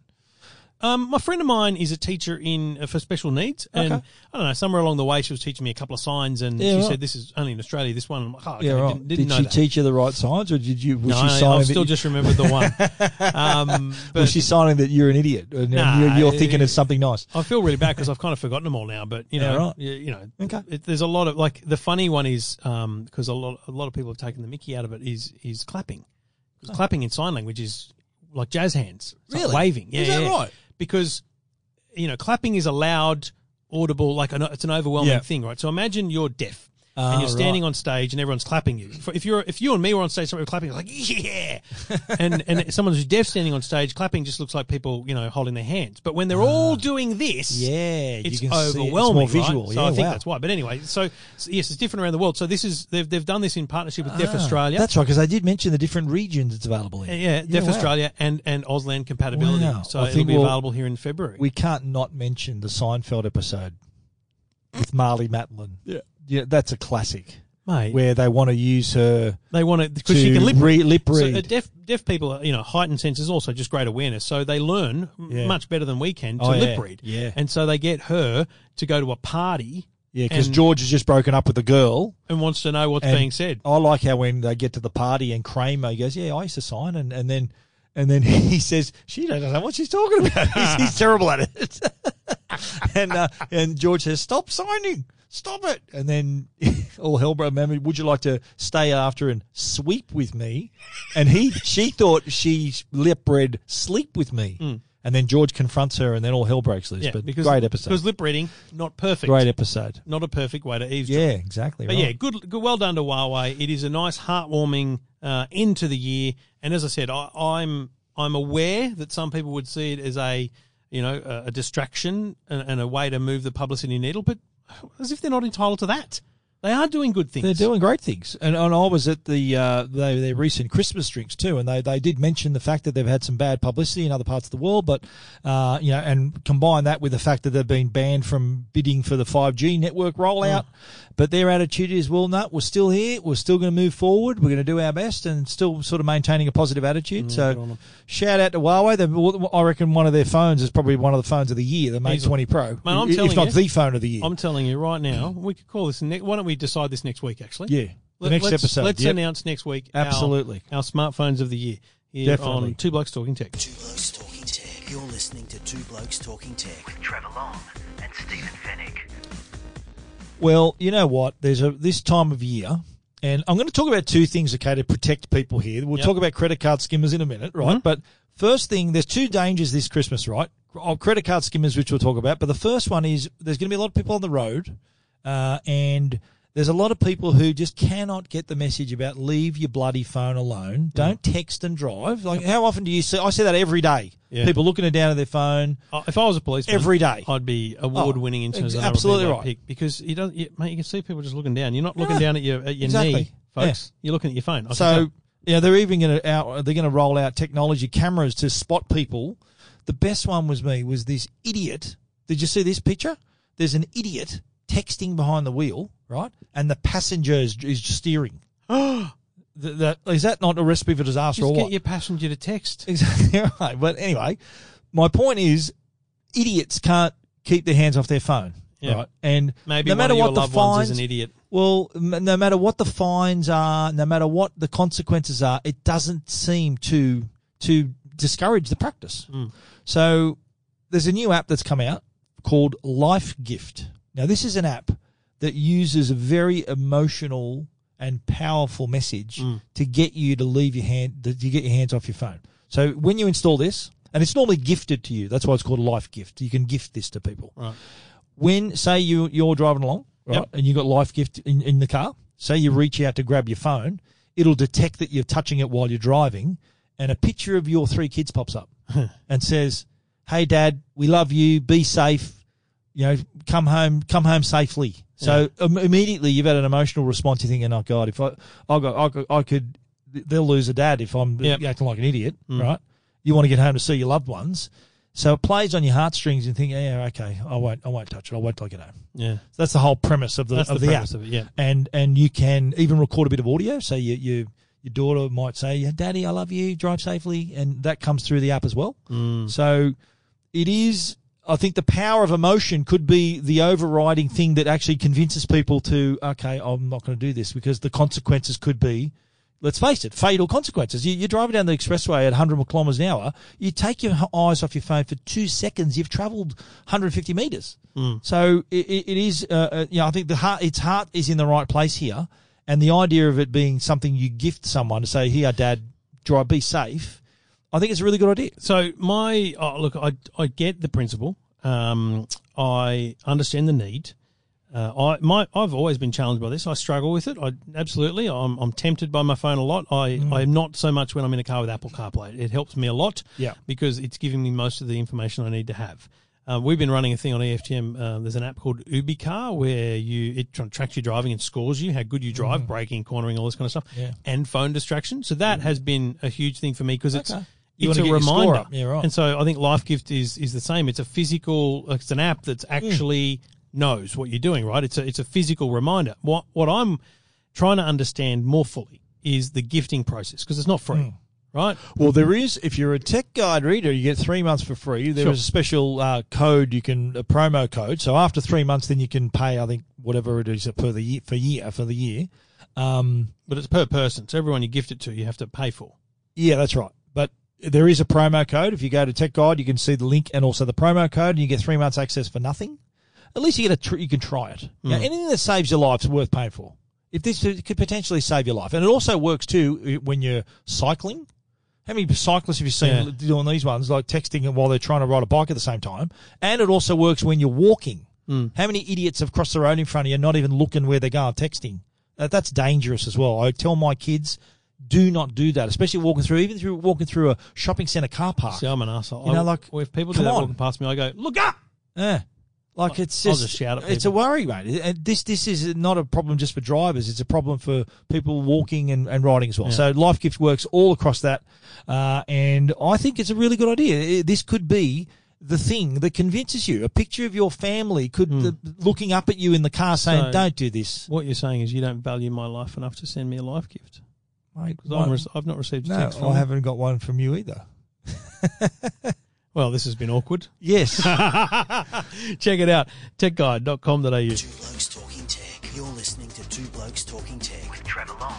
S1: Um, my friend of mine is a teacher in uh, for special needs, and I don't know. Somewhere along the way, she was teaching me a couple of signs, and
S2: Yeah,
S1: she
S2: right.
S1: said, "This is only in Australia. This one, I'm like, oh, okay,
S2: Yeah, right.
S1: didn't, didn't
S2: did
S1: know
S2: she
S1: that."
S2: teach you the right signs, or did you? Was
S1: no,
S2: she
S1: I-
S2: signing
S1: I've
S2: that
S1: still
S2: you-
S1: just remembered the one. Um, but
S2: was she signing that you're an idiot and
S1: Nah,
S2: you're, you're
S1: it-
S2: thinking it's something nice?
S1: I feel really bad because I've kind of forgotten them all now. But you know,
S2: Yeah, right.
S1: you, you know,
S2: Okay.
S1: it, there's a lot of like the funny one is um because a lot a lot of people have taken the Mickey out of it is is clapping
S2: Oh.
S1: because clapping in sign language is like jazz hands, It's like
S3: Really?
S1: waving. Yeah,
S3: Is that
S1: yeah.
S3: right?
S1: Because you know, clapping is a loud, audible, like an, it's an overwhelming
S2: Yeah.
S1: thing, right? So imagine you're deaf.
S2: Ah,
S1: and you're standing on stage, and everyone's clapping you. For- If you're, if you and me were on stage, somebody were clapping, you're like yeah. and and someone who's deaf standing on stage, clapping just looks like people, you know, holding their hands. But when they're all doing this,
S2: Ah. Yeah,
S1: it's
S2: you can see it. It's more
S1: overwhelming. right?
S2: visual.
S1: So
S2: Yeah,
S1: I think
S2: wow.
S1: that's why. But anyway, so, so yes, it's different around the world. So this is they've they've done this in partnership with Deaf
S2: Ah,
S1: Australia. Uh,
S2: That's right, because I did mention the different regions it's available in.
S1: yeah, Deaf
S2: wow.
S1: Australia and and Auslan compatibility.
S2: Wow.
S1: So
S2: I
S1: it'll
S2: think
S1: be
S2: we'll-
S1: available here in February.
S2: We can't not mention the Seinfeld episode with Marley Matlin. Yeah, yeah, that's a classic
S1: Mate,
S2: where they want to use her
S1: they want to
S2: to
S1: because she can lip read.
S2: re- lip
S1: So uh,
S2: read.
S1: deaf deaf people, you know, heightened sense is also just great awareness. So they learn m-
S2: Yeah.
S1: much better than we can to
S2: Oh, yeah.
S1: lip read.
S2: Yeah.
S1: and so they get her to go to a party
S2: yeah, because
S1: and-
S2: George has just broken up with a girl.
S1: and wants to know what's
S2: And
S1: being said.
S2: I like how when they get to the party and Kramer goes, "Yeah, I used to sign," and, and then and then he says, "She doesn't know what she's talking about. he's, he's terrible at it." and uh, and George says, "Stop signing, stop it!" And then all hell broke loose. Would you like to stay after and sweep with me? And he she thought she lip read sleep with me. And then George confronts her, and then all hell breaks loose.
S1: Hmm. Yeah,
S2: but
S1: because
S2: great episode.
S1: Because lip reading not perfect.
S2: great episode.
S1: Not a perfect way to eavesdrop.
S2: Yeah, exactly.
S1: But
S2: right.
S1: yeah, good, good, well done to Huawei. It is a nice, heartwarming uh, end to the year. And as I said, I, I'm I'm aware that some people would see it as a you know a, a distraction and, and a way to move the publicity needle, but as if they're not entitled to that. They are doing good things.
S2: They're doing great things, and, and I was at the uh, they, their recent Christmas drinks too, and they, they did mention the fact that they've had some bad publicity in other parts of the world, but uh, you know, and combine that with the fact that they've been banned from bidding for the five G network
S1: Mm.
S2: rollout, but their attitude is, well, no, we're still here, we're still going to move forward, we're going to do our best, and still sort of maintaining a positive
S1: Mm,
S2: attitude. so, shout out to Huawei. They've- I reckon one of their phones is probably one of the phones of the year, the Mate
S1: Easily.
S2: Twenty Pro,
S1: Man, I'm
S2: if
S1: telling
S2: not
S1: you.
S2: the phone of the year.
S1: I'm telling you right now, we could call this. Ne- why don't we decide this next week? Actually,
S2: yeah, the
S1: Let-
S2: next
S1: let's,
S2: episode.
S1: Let's
S2: Yep.
S1: announce next week. our-
S2: Absolutely.
S1: our, smartphones of the year here
S2: Definitely.
S1: on Two Blokes Talking Tech.
S4: Two Blokes Talking Tech. You're listening to Two Blokes Talking Tech.
S7: with Trevor Long and Stephen Finnick.
S2: Well, you know what? There's a this time of year, and I'm going to talk about two things, okay, to protect people here. We'll
S1: Yep. Mm-hmm.
S2: talk about credit card skimmers in a minute, right? But first thing, there's two dangers this Christmas, right? Oh, credit card skimmers, which we'll talk about. But the first one is there's going to be a lot of people on the road, uh, and there's a lot of people who just cannot get the message about leave your bloody phone alone.
S1: Mm.
S2: Don't text and drive. Like, how often do you see? I see that every day.
S1: Yeah.
S2: People looking down at their phone.
S1: Uh, If I was a policeman,
S2: Every day.
S1: I'd be award winning in
S2: Oh,
S1: terms of the
S2: ex-
S1: number of
S2: absolutely
S1: people I
S2: right.
S1: pick because you don't, you, mate. You can see people just looking down. You're not looking
S2: Yeah.
S1: down at your at your
S2: Exactly.
S1: knee, folks. You're looking at your phone. I can
S2: So
S1: tell.
S2: yeah, they're even going to out. They're going to roll out technology cameras to spot people. The best one was me. Was this idiot? Did you see this picture? There's an idiot texting behind the wheel, right? And the passenger is, is steering. Th- that is that not a recipe for disaster
S1: just
S2: or
S1: get
S2: what?
S1: your passenger to text.
S2: Exactly right. But anyway, my point is, idiots can't keep their hands off their phone.
S1: Yeah.
S2: right? And
S1: Maybe
S2: no matter
S1: one
S2: what
S1: of
S2: the
S1: your loved ones
S2: fines,
S1: is an idiot.
S2: well, m- no matter what the fines are, no matter what the consequences are, it doesn't seem to to discourage the practice. So there's a new app that's come out called Life Gift. Now this is an app that uses a very emotional and powerful message to get you to leave your hand to get your hands off your phone. So when you install this, and it's normally gifted to you, that's why it's called a life gift. You can gift this to people when say you you're driving along, right,
S1: Yep.
S2: and you got life gift in, in the car, say you reach out to grab your phone, it'll detect that you're touching it while you're driving, and a picture of your three kids pops up and says, "Hey, Dad, we love you. Be safe. You know, come home, come home safely." So um, immediately you've had an emotional response. You're thinking, "Oh God, if I I got I could, I could they'll lose a dad if I'm
S1: Yep. Mm.
S2: acting like an idiot, right?" You want to get home to see your loved ones. So it plays on your heartstrings and think, yeah, okay, I won't, I won't touch it. I won't till I get home.
S1: Yeah.
S2: So that's the whole premise of the
S1: That's
S2: of
S1: the
S2: the,
S1: premise
S2: app.
S1: of it, yeah.
S2: And and you can even record a bit of audio. So you you your daughter might say, yeah, "Daddy, I love you. Drive safely," and that comes through the app as well.
S1: Mm.
S2: So it is. I think the power of emotion could be the overriding thing that actually convinces people to, okay, I'm not going to do this because the consequences could be, let's face it, fatal consequences. You, you're driving down the expressway at 100 kilometres an hour. You take your h- eyes off your phone for two seconds. You've travelled 150 metres. So it, it, it is, uh, uh, you know, I think the heart, its heart is in the right place here. And the idea of it being something you gift someone to say, here, dad, drive, be safe. I think it's a really good idea.
S1: So my oh, look, I I get the principle. Um, I understand the need. Uh, I my I've always been challenged by this. I struggle with it. I absolutely. I'm I'm tempted by my phone a lot. I
S2: Mm.
S1: I am not so much when I'm in a car with Apple CarPlay. It helps me a lot.
S2: Yeah.
S1: Because it's giving me most of the information I need to have. Uh, we've been running a thing on EFTM. Uh, there's an app called UbiCar where you it tr- tracks your driving and scores you how good you drive, braking, cornering, all this kind of stuff,
S2: Mm. Yeah. Mm.
S1: and phone distraction. So that has been a huge thing for me because it's
S2: Okay. You
S1: it's
S2: wanna
S1: a
S2: get your score
S1: reminder.
S2: up. Yeah, right.
S1: And so I think Life Gift is is the same. It's a physical. It's an app that's
S2: Hmm.
S1: actually knows what you're doing. Right. It's a it's a physical reminder. What what I'm trying to understand more fully is the gifting process because it's not free.
S2: Hmm.
S1: Right.
S2: Well, there is. If you're a tech guide reader, you get three months for free. There is
S1: Sure.
S2: a special uh, code you can a promo code. So after three months, then you can pay. I think whatever it is per the year for year for the year. Um,
S1: But it's per person. So everyone you gift it to, you have to pay for.
S2: yeah, that's right. But there is a promo code. If you go to Tech Guide, you can see the link and also the promo code, and you get three months access for nothing. At least you get a tr- you can try it. Now, anything that saves your life is worth paying for. If this it could potentially save your life, and it also works too uh, when you're cycling. How many cyclists have you seen
S1: Yeah.
S2: doing these ones, like texting while they're trying to ride a bike at the same time? And it also works when you're walking.
S1: Hmm.
S2: How many idiots have crossed the road in front of you, not even looking where they're going, texting? Uh, that's dangerous as well. I tell my kids, do not do that, especially walking through, even through walking through a shopping centre car park.
S1: See, I'm an asshole.
S2: You know,
S1: I-
S2: like,
S1: if people do
S2: come
S1: that
S2: on.
S1: walking past me, I go look up.
S2: Yeah. Like it's
S1: I'll
S2: just,
S1: just shout at
S2: it's a
S1: people.
S2: worry, mate. It- it- This this is not a problem just for drivers. It's a problem for people walking and, and riding as well. So Life Gift works all across that, uh, and I think it's a really good idea. It- This could be the thing that convinces you. A picture of your family could the, looking up at you in the car saying,
S1: Hmm. So-
S2: "Don't do this."
S1: What you're saying is you don't value my life enough to send me a life gift.
S2: Mate,
S1: 'Cause I'm res- I've not received a
S2: no,
S1: text from
S2: I
S1: you.
S2: haven't got one from you either.
S1: Well, this has been awkward.
S2: Yes.
S1: Check it out, techguide.com.au.
S4: Two Blokes Talking Tech. You're listening to Two Blokes Talking Tech.
S7: with Trevor Long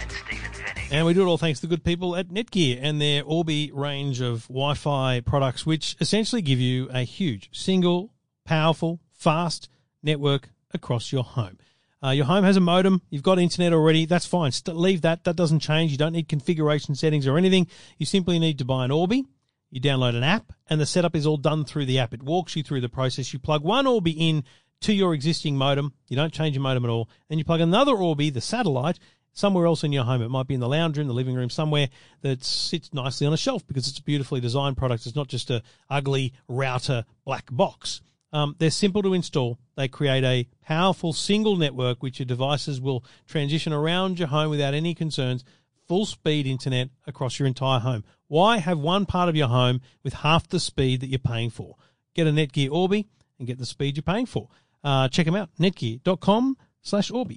S7: and Stephen Finnick.
S1: And we do it all thanks to the good people at Netgear and their Orbi range of Wi Fi products, which essentially give you a huge, single, powerful, fast network across your home. Uh, your home has a modem, you've got internet already, that's fine. St- leave that, that doesn't change. You don't need configuration settings or anything. You simply need to buy an Orbi. You download an app, and the setup is all done through the app. It walks you through the process. You plug one Orbi in to your existing modem. You don't change your modem at all. Then you plug another Orbi, the satellite, somewhere else in your home. It might be in the lounge room, the living room, somewhere that sits nicely on a shelf because it's a beautifully designed product. It's not just a ugly router black box. Um, they're simple to install. They create a powerful single network which your devices will transition around your home without any concerns full speed internet across your entire home. Why have one part of your home with half the speed that you're paying for? Get a Netgear Orbi and get the speed you're paying for. Uh, check them out, netgear.com slash Orbi.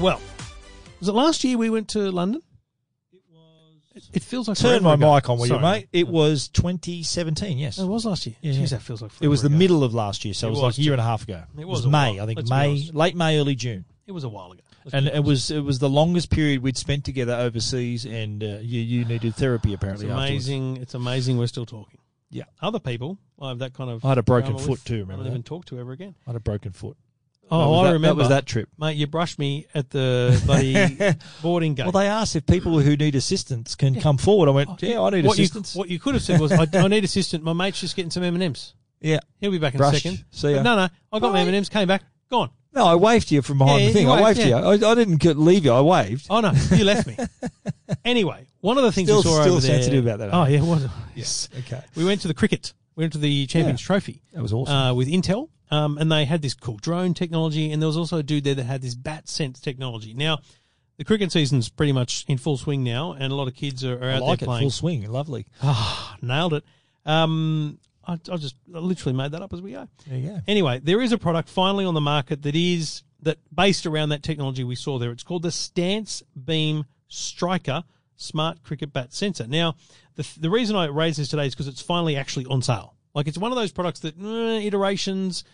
S1: Well, was it last year we went to London? It It, it feels like
S2: Turn
S1: forever
S2: my
S1: ago.
S2: mic on, will you,
S1: Sorry,
S2: mate? It was 2017, yes.
S1: It was last year.
S2: Yeah.
S1: Jeez, that feels like
S2: It was
S1: forever
S2: the
S1: ago.
S2: middle of last year, so it, was, like a year and a half ago. It
S1: was
S2: was,
S1: a
S2: May,
S1: while,
S2: I
S1: let's
S2: think
S1: be
S2: May,
S1: honest.
S2: late May, early June,
S1: It was a while ago. Let's
S2: and
S1: be
S2: it was it was the longest period we'd spent together overseas, and uh, you you needed therapy
S1: It's
S2: apparently. afterwards.
S1: amazing. It's amazing we're still talking.
S2: Yeah.
S1: Other people, I have that kind of.
S2: I had a broken
S1: drama
S2: foot too, remember
S1: I don't
S2: that?
S1: even talk to ever again.
S2: I had a broken foot. That
S1: Oh,
S2: was
S1: I
S2: that-
S1: remember.
S2: that was that trip.
S1: Mate, you brushed me at the bloody boarding gate.
S2: Well, they asked if people who need assistance can come forward. I went, yeah, I need
S1: Oh, what
S2: assistance.
S1: You, what you could have said was, I, I need assistance. My mate's just getting some M&Ms.
S2: yeah.
S1: He'll be back in
S2: Brushed.
S1: a second.
S2: See ya.
S1: But no, no. I got my
S2: Bye.
S1: M&Ms, came back, gone.
S2: No, I waved to you from behind
S1: Yeah,
S2: the thing.
S1: you
S2: I
S1: waved,
S2: waved to you. I, I didn't get- leave you. I waved.
S1: Oh, no. You left me. anyway, one of the things we
S2: Still-
S1: saw
S2: still
S1: over there.
S2: sensitive about that, eh?
S1: Oh,
S2: aren't
S1: yeah, it was. yes.
S2: Okay.
S1: We went to the cricket. We went to the Champions
S2: Yeah.
S1: Trophy.
S2: That was awesome.
S1: Uh, with Intel. Um, and they had this cool drone technology. And there was also a dude there that had this bat sense technology. Now, the cricket season's pretty much in full swing now. And a lot of kids are, are
S2: I
S1: out
S2: like
S1: there
S2: it.
S1: playing.
S2: Full swing. Lovely.
S1: Nailed it. Um, I, I just I literally made that up as we go.
S2: There you go.
S1: Anyway, there is a product finally on the market that is that based around that technology we saw there. It's called the Stance Beam Striker Smart Cricket Bat Sensor. Now, the the reason I raise this today is because it's finally actually on sale. Like it's one of those products that eh, iterations,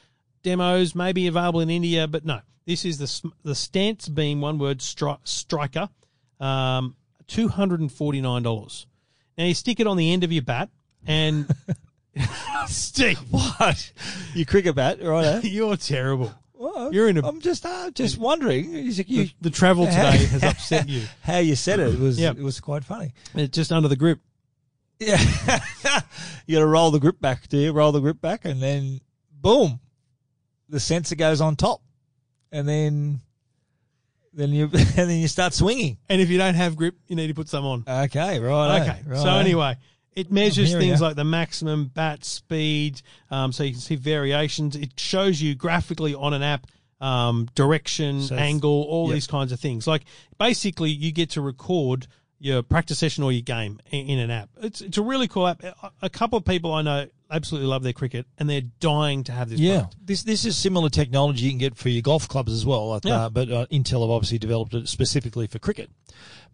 S1: demos may be available in India, but no, this is the sm- the Stance Beam one word stri- striker, um, two hundred and forty nine dollars. Now you stick it on the end of your bat and. Steve,
S2: What? You cricket bat, right? eh?
S1: you're terrible.
S2: Well,
S1: You're in a-
S2: I'm just, uh, just wondering. Is it you-
S1: The, the travel today has upset you.
S2: how you said it was,
S1: Yeah.
S2: it was quite funny.
S1: It's just under the grip.
S2: Yeah. you got to roll the grip back, do you? Roll the grip back, and then boom, the sensor goes on top, and then, then you, and then you start swinging.
S1: And if you don't have grip, you need to put some on.
S2: Okay, right. eh.
S1: okay. So anyway, it measures
S2: Oh, here we
S1: things
S2: go.
S1: like the maximum bat speed, um, so you can see variations. It shows you graphically on an app um, direction,
S2: So it's-
S1: angle, all
S2: yep.
S1: these kinds of things. Like basically, you get to record your practice session or your game i- in an app. It's it's a really cool app. A- A couple of people I know absolutely love their cricket, and they're dying to have this.
S2: Yeah,
S1: product.
S2: this this is similar technology you can get for your golf clubs as well. Like
S1: Yeah.
S2: uh, but uh, Intel have obviously developed it specifically for cricket.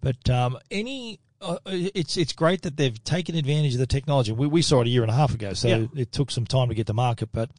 S2: But um, any, uh, it's it's great that they've taken advantage of the technology. We, we saw it a year and a half ago, so
S1: Yeah.
S2: it took some time to get to market. But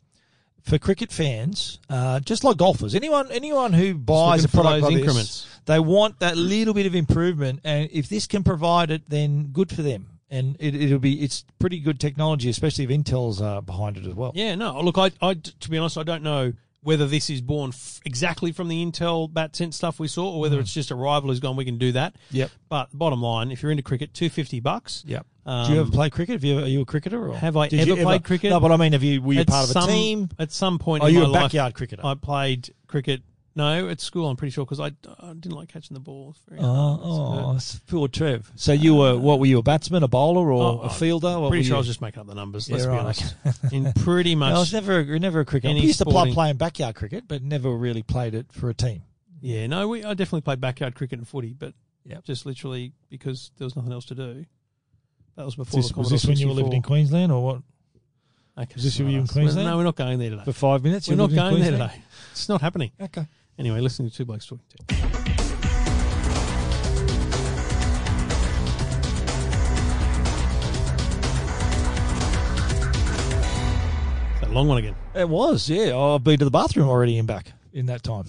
S2: for cricket fans, uh, just like golfers, anyone anyone who buys
S1: looking
S2: a
S1: for
S2: product
S1: those
S2: like
S1: increments.
S2: this, they want that little bit of improvement, and if this can provide it, then good for them. And it, it'll be it's pretty good technology, especially if Intel's uh, behind it as well.
S1: Yeah, no. Look, I, I, to be honest, I don't know whether this is born f- exactly from the Intel bat sense stuff we saw, or
S2: Hmm.
S1: whether it's just a rival who's gone. We can do that.
S2: Yep.
S1: But bottom line, if you're into cricket, two fifty bucks.
S2: Yep.
S1: Um,
S2: Do you ever play cricket? Have you, are you a cricketer? Or
S1: Have I
S2: Did
S1: ever
S2: you
S1: played cricket?
S2: No, but I mean, have you were you
S1: at
S2: part of a
S1: some-
S2: team?
S1: At some point,
S2: Are
S1: in
S2: you
S1: my
S2: a
S1: life,
S2: backyard cricketer?
S1: I played cricket. No, at school, I'm pretty sure because I, I didn't like catching the ball. It was very
S2: Oh,
S1: hard.
S2: oh, it's poor Trev. So you were what were you a batsman, a bowler, or
S1: Oh,
S2: a fielder? What
S1: pretty
S2: were
S1: sure
S2: you?
S1: I was just making up the numbers. Let's
S2: Yeah,
S1: be
S2: right,
S1: honest. in pretty much,
S2: No, I was never a, never a cricketer. I
S1: Any
S2: used to play
S1: sporting-
S2: playing backyard cricket, but never really played it for a team.
S1: yeah. No, we, I definitely played backyard cricket and footy, but
S2: Yep.
S1: just literally because there was nothing else to do. That was before.
S2: Was this,
S1: the
S2: was this
S1: Commodore
S2: when you were living in
S1: 64.
S2: Queensland, or what?
S1: Okay,
S2: Is this
S1: so
S2: who you in
S1: that's-
S2: Queensland?
S1: No, we're not going there today.
S2: For five minutes,
S1: We're
S2: you
S1: not
S2: lived in
S1: going there
S2: Queensland?
S1: today. It's not happening.
S2: Okay.
S1: Anyway, listening to two blokes talking tech. That long one again.
S2: It was, yeah. Oh, I've been to the bathroom already and back in that time.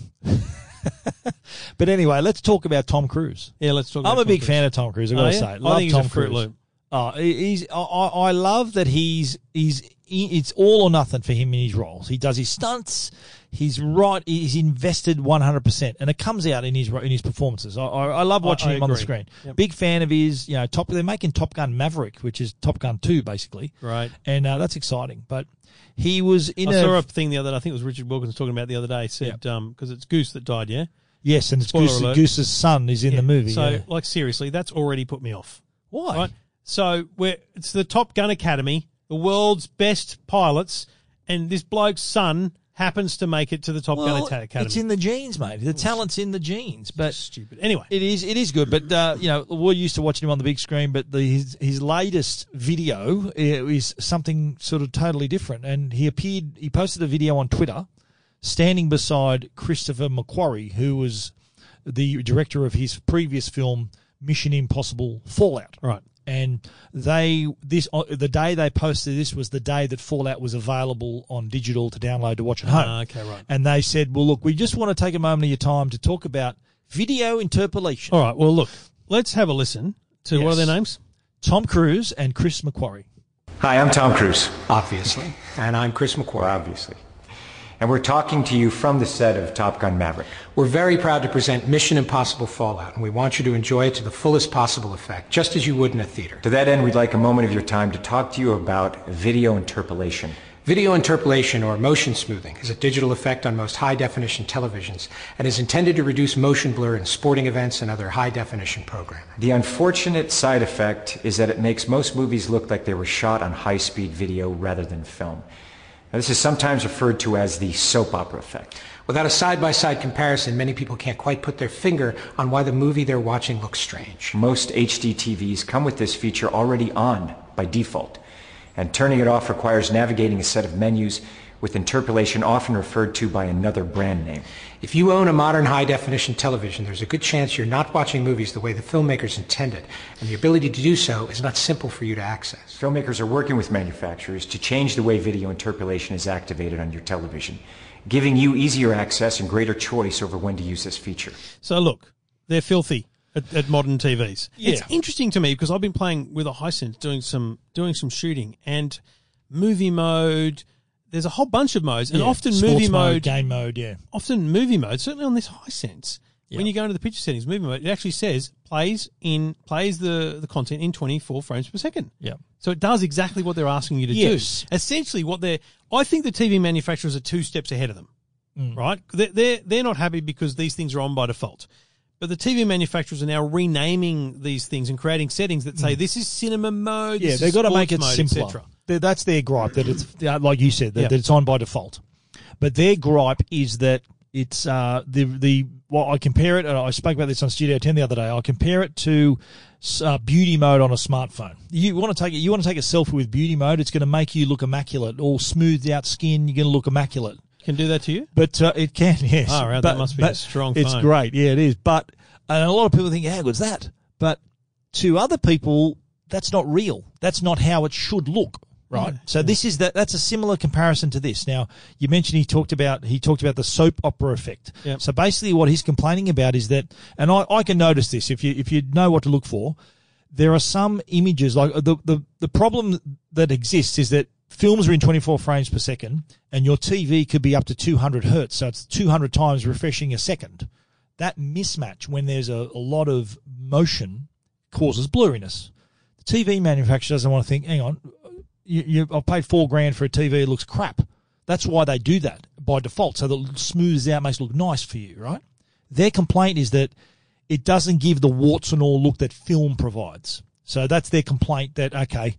S2: but anyway, let's talk about Tom Cruise.
S1: Yeah, let's talk.
S2: I'm
S1: about
S2: a big
S1: Tom Cruise.
S2: fan of Tom Cruise. I've got
S1: Oh,
S2: to
S1: yeah?
S2: say,
S1: I
S2: love
S1: think he's a
S2: Tom
S1: Fruit
S2: Cruise.
S1: Loop.
S2: Oh, he- he's. I, I I love that he's. He's. he- It's all or nothing for him in his roles. He does his stunts. He's right. He's invested 100, percent and it comes out in his in his performances. I, I, I love watching
S1: I
S2: him on the
S1: agree.
S2: screen.
S1: Yep.
S2: Big fan of his. You know, Top. They're making Top Gun Maverick, which is Top Gun Two, basically.
S1: Right.
S2: And uh, that's exciting. But he was in
S1: I
S2: a
S1: saw a thing the other. I think it was Richard Wilkins talking about the other day. Said because it's Goose that died. Yeah.
S2: yes, and it's
S1: Spoiler
S2: Goose,
S1: alert.
S2: Goose's son is in
S1: Yeah.
S2: the movie.
S1: So,
S2: yeah.
S1: like, seriously, that's already put me off.
S2: why?
S1: right? So we're it's the Top Gun Academy, the world's best pilots, and this bloke's son happens to make it to the Top Gun
S2: Well,
S1: Atta- Academy.
S2: it's in the genes, mate. The talent's in the genes, but
S1: Stupid. Anyway,
S2: It is. It is good, but uh, you know we're used to watching him on the big screen. But the, his his latest video uh, is something sort of totally different. And he appeared. He posted a video on Twitter, standing beside Christopher McQuarrie, who was the director of his previous film Mission Impossible Fallout.
S1: Right.
S2: And they this uh, the day they posted this was the day that Fallout was available on digital to download to watch at home.
S1: Ah, okay, right.
S2: And they said, "Well, look, we just want to take a moment of your time to talk about video interpolation."
S1: All right. Well, look, let's have a listen to what are
S2: Yes.
S1: their names?
S2: Tom Cruise and Chris McQuarrie.
S8: Hi, I'm Tom Cruise.
S9: Obviously. And I'm Chris McQuarrie.
S8: Obviously. And we're talking to you from the set of Top Gun Maverick.
S9: We're very proud to present Mission Impossible Fallout, and we want you to enjoy it to the fullest possible effect, just as you would in a theater.
S8: To that end, we'd like a moment of your time to talk to you about video interpolation.
S9: Video interpolation, or motion smoothing, is a digital effect on most high definition televisions and is intended to reduce motion blur in sporting events and other high definition programming.
S8: The unfortunate side effect is that it makes most movies look like they were shot on high speed video rather than film. Now, this is sometimes referred to as the soap opera effect.
S9: Without a side by side comparison, many people can't quite put their finger on why the movie they're watching looks strange.
S8: Most HD TVs come with this feature already on by default, and turning it off requires navigating a set of menus with interpolation often referred to by another brand name.
S9: If you own a modern high definition television, there's a good chance you're not watching movies the way the filmmakers intended, and the ability to do so is not simple for you to access.
S8: Filmmakers are working with manufacturers to change the way video interpolation is activated on your television, giving you easier access and greater choice over when to use this feature.
S1: So look, they're filthy at, at modern TVs. It's
S2: Yeah.
S1: interesting to me because I've been playing with a Hisense, doing some doing some shooting and movie mode. There's a whole bunch of modes, and
S2: Yeah.
S1: often
S2: Sports
S1: movie mode,
S2: game mode, yeah.
S1: often movie mode, certainly on this Hisense.
S2: Yeah.
S1: When you go into the picture settings, movie mode, it actually says plays in plays the, the content in 24 frames per second.
S2: Yeah.
S1: So it does exactly what they're asking you to
S2: Yes.
S1: do. Essentially, what they're, I think the TV manufacturers are two steps ahead of them, right? They're, they're, they're not happy because these things are on by default. But the TV manufacturers are now renaming these things and creating settings that say this is cinema mode.
S2: Yeah,
S1: this
S2: they've
S1: is
S2: got to make it
S1: sports mode, et
S2: simpler.
S1: cetera.
S2: Th- That's their gripe that it's yeah, like you said that,
S1: Yeah.
S2: that it's on by default. But their gripe is that it's uh, the the well, I compare it. And I spoke about this on Studio Ten the other day. I compare it to s- uh, beauty mode on a smartphone. You want to take it. You want to take a selfie with beauty mode. It's going to make you look immaculate, all smoothed out skin. You're going to look immaculate.
S1: Can do that to you?
S2: But uh, it can, yes.
S1: Oh, right, that
S2: but,
S1: must be
S2: but
S1: a strong
S2: It's
S1: phone.
S2: great, yeah, it is. But and a lot of people think, "How good's that?" But to other people, that's not real. That's not how it should look, right? So this is that. That's a similar comparison to this. Now you mentioned he talked about he talked about the soap opera effect.
S1: Yep.
S2: So basically, what he's complaining about is that, and I, I can notice this if you if you know what to look for there are some images like uh, the, the the problem that exists is that films are in 24 frames per second and your TV could be up to 200 hertz so it's 200 times refreshing a second that mismatch when there's a, a lot of motion causes blurriness the TV manufacturer doesn't want to think hang on you, you, I've paid four grand for a TV it looks crap that's why they do that by default so that it smooths out makes it look nice for you right their complaint is that it doesn't give the warts and all look that film provides. So that's their complaint that, okay,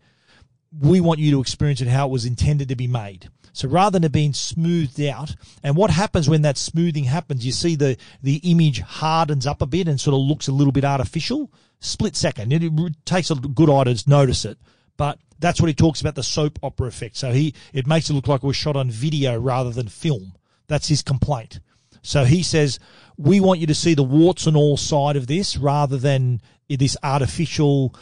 S2: we want you to experience it how it was intended to be made. So rather than it being smoothed out, and what happens when that smoothing happens, you see the, the image hardens up a bit and sort of looks a little bit artificial. Split second. It, it takes a good eye to notice it. But that's what he talks about the soap opera effect. So he, it makes it look like it was shot on video rather than film. That's his complaint. So he says, we want you to see the warts and all side of this rather than this artificial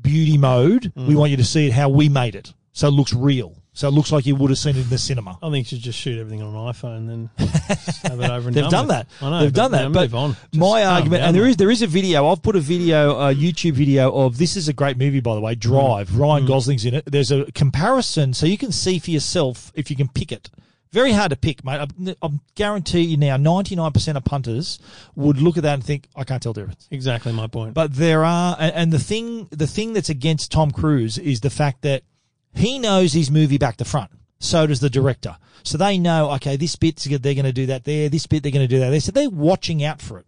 S2: beauty mode. We want you to see it how we made it. So it looks real. So it looks like you would have seen it in the cinema.
S1: I think you should just shoot everything on an iPhone and then just have it over and
S2: They've done
S1: with.
S2: that.
S1: I know,
S2: They've
S1: but,
S2: done
S1: you
S2: that.
S1: know,
S2: But
S1: move on. Just
S2: my
S1: calm
S2: argument,
S1: down,
S2: and there
S1: mate.
S2: is there is a video. I've put a video, a YouTube video of this is a great movie by the way. Drive.
S1: Mm.
S2: Ryan Gosling's in it. There's a comparison, so you can see for yourself if you can pick it. Very hard to pick, mate. I, I guarantee you now, ninety nine percent of punters would look at that and think, I can't tell the difference.
S1: exactly my point.
S2: But there are, and, and the thing, the thing that's against Tom Cruise is the fact that he knows his movie back to front. So does the director. So they know, okay, this bit they're going to do that there, this bit they're going to do that there. So they're watching out for it.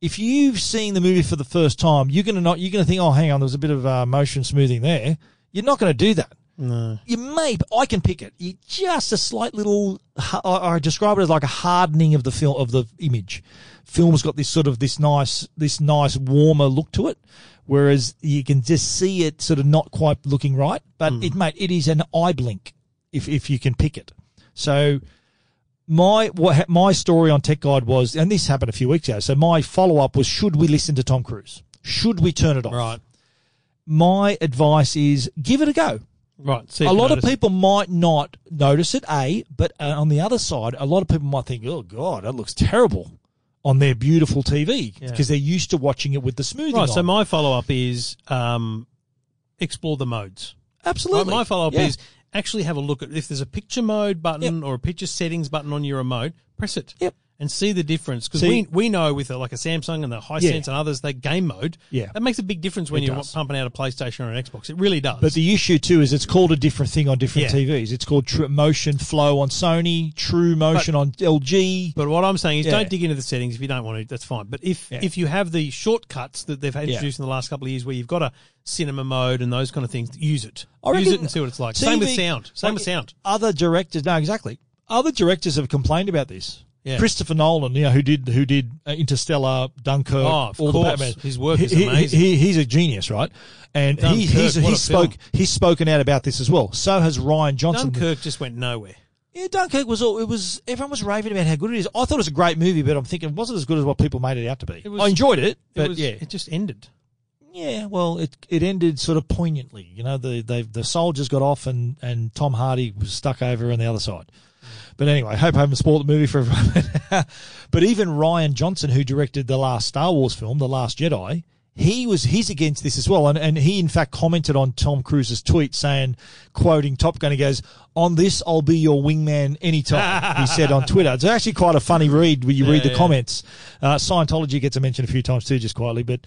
S2: If you've seen the movie for the first time, you're going to not, you're going to think, oh, hang on, there was a bit of uh, motion smoothing there. You're not going to do that. No. You may, but I can pick it. You just a slight little. I, I describe it as like a hardening of the film of the image. Film's got this sort of this nice, this nice warmer look to it, whereas you can just see it sort of not quite looking right. But it, mate, it is an eye blink if if you can pick it. So my what ha- my story on Tech Guide was, and this happened a few weeks ago. So my follow up was, should we listen to Tom Cruise? Should we turn it off?
S1: Right.
S2: My advice is give it a go.
S1: Right. See if
S2: A
S1: you
S2: lot of
S1: notice it.
S2: people might not notice it, A, but uh, on the other side, a lot of people might think, oh, God, that looks terrible on their beautiful TV
S1: Yeah.
S2: because they're used to watching it with the smoothing
S1: Right. So
S2: on.
S1: my follow up is um, explore the modes. Right,
S2: Absolutely.
S1: my follow up
S2: Yeah.
S1: is actually have a look at if there's a picture mode button or a picture settings button on your remote, press it.
S2: Yep.
S1: And see the difference because
S2: See-
S1: we we know with a, like a Samsung and the Hisense
S2: Yeah.
S1: and others that game mode
S2: Yeah.
S1: that makes a big difference when
S2: It
S1: you're
S2: does.
S1: pumping out a PlayStation or an Xbox it really does
S2: But the issue too is it's called a different thing on different
S1: Yeah.
S2: TVs. It's called tr- Motion Flow on Sony, True Motion on LG.
S1: But what I'm saying is,
S2: Yeah.
S1: don't dig into the settings if you don't want to. That's fine. But if
S2: Yeah.
S1: if you have the shortcuts that they've introduced in the last couple of years, where you've got a cinema mode and those kind of things, use it.
S2: I
S1: use
S2: reckon
S1: it and see what it's like. Same with
S2: TV
S1: sound. Same
S2: like,
S1: with sound.
S2: Other directors, no, exactly. Other directors have complained about this.
S1: Yeah.
S2: Christopher Nolan, you know, who did who did uh, Interstellar, Dunkirk,
S1: Oh, of
S2: all the
S1: course.
S2: Batman.
S1: His work is
S2: He- he-
S1: amazing.
S2: He, he's a genius, right? And he,
S1: Dunkirk,
S2: he's,
S1: what a
S2: he spoke
S1: film.
S2: he's spoken out about this as well. So has Ryan Johnson.
S1: Dunkirk just went nowhere.
S2: Yeah, Dunkirk was all. It was everyone was raving about how good it is. I thought it was a great movie, but I'm thinking it wasn't as good as what people made it out to be.
S1: It was-
S2: I enjoyed it, but
S1: it was,
S2: yeah,
S1: it just ended.
S2: yeah. Well, it it ended sort of poignantly. You know, the they, the soldiers got off, and and Tom Hardy was stuck over on the other side. But anyway, hope I haven't spoiled the movie for everyone. but even Ryan Johnson, who directed the last Star Wars film, The Last Jedi, he was he's against this as well, and and he in fact commented on Tom Cruise's tweet saying, quoting Top Gun, he goes, "On this, I'll be your wingman anytime." he said on Twitter. It's actually quite a funny read when you read the
S1: yeah.
S2: comments. Uh, Scientology gets a mention a few times too, just quietly, but.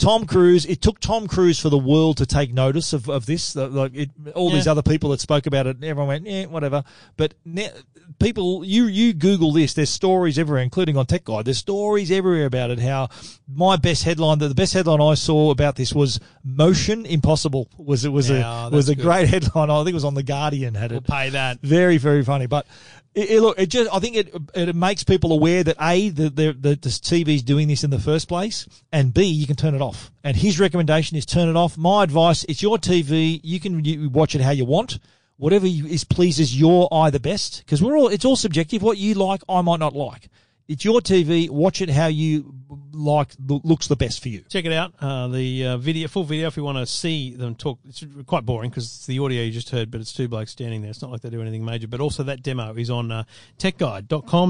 S2: Tom Cruise. It took Tom Cruise for the world to take notice of, of this. The- Like it, all these
S1: Yeah.
S2: other people that spoke about it, everyone went, yeah, whatever. But ne- people, you you Google this. There's stories everywhere, including on Tech Guide. There's stories everywhere about it. How my best headline, the best headline I saw about this was "Motion Impossible." Was it was
S1: Yeah,
S2: a
S1: that's
S2: was a
S1: good.
S2: great headline. I think it was on the Guardian had
S1: We'll
S2: it.
S1: pay that.
S2: Very, very funny. But it, it, look, it just I think it it makes people aware that a the the, the the TV's doing this in the first place, and b you can turn it off. And his recommendation is turn it off. My advice: it's your TV. You can you watch it how you want. Whatever you, is pleases your eye the best, because we're all it's all subjective. What you like, I might not like. It's your TV. Watch it how you like. lo- Looks the best for you.
S1: Check it out. Uh, the uh, video, full video, if you want to see them talk. It's quite boring because it's the audio you just heard, but it's two blokes standing there. It's not like they do anything major. But also that demo is on uh, techguide.com.au.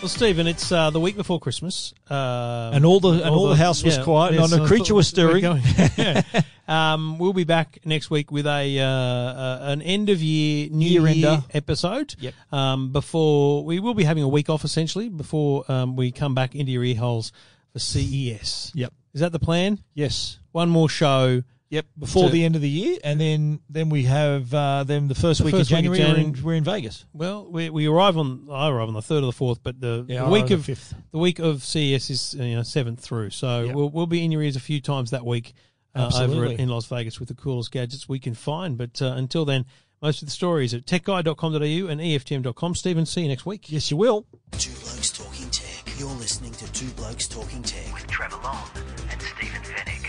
S1: Well, Stephen, it's uh, the week before Christmas, uh,
S2: And all the and all, the, house was
S1: yeah,
S2: quiet,
S1: yes,
S2: and not
S1: I
S2: a creature
S1: thought
S2: was
S1: we were
S2: stirring.
S1: going- yeah. um, we'll be back next week with a uh, uh, an end of year New Year,
S2: Year-ender.
S1: episode.
S2: Yep.
S1: Um, before we will be having a week off essentially before um, we come back into your ear holes for CES.
S2: Yep.
S1: Is that the plan?
S2: Yes.
S1: One more show.
S2: Yep, before
S1: To-
S2: the end of the year, and then then we have uh, then the first, week,
S1: first
S2: of
S1: week of
S2: January, we're in-
S1: January.
S2: We're, in, Vegas.
S1: Well, we, we arrive on I arrive on the third or the fourth, but the,
S2: Yeah,
S1: the
S2: I
S1: week
S2: arrive on
S1: of
S2: the fifth.
S1: the week of CES is uh, you know, seventh through, so
S2: Yep.
S1: we'll we'll be in your ears a few times that week uh, over
S2: Absolutely.
S1: at, in Las Vegas with the coolest gadgets we can find. But uh, until then, most of the stories at techguide.com.au and E eftm.com. Stephen, see you next week.
S2: Yes, you will.
S4: Two Blokes Talking Tech. You're listening to Two Blokes Talking Tech.
S10: With Trevor Long and Stephen Finnick.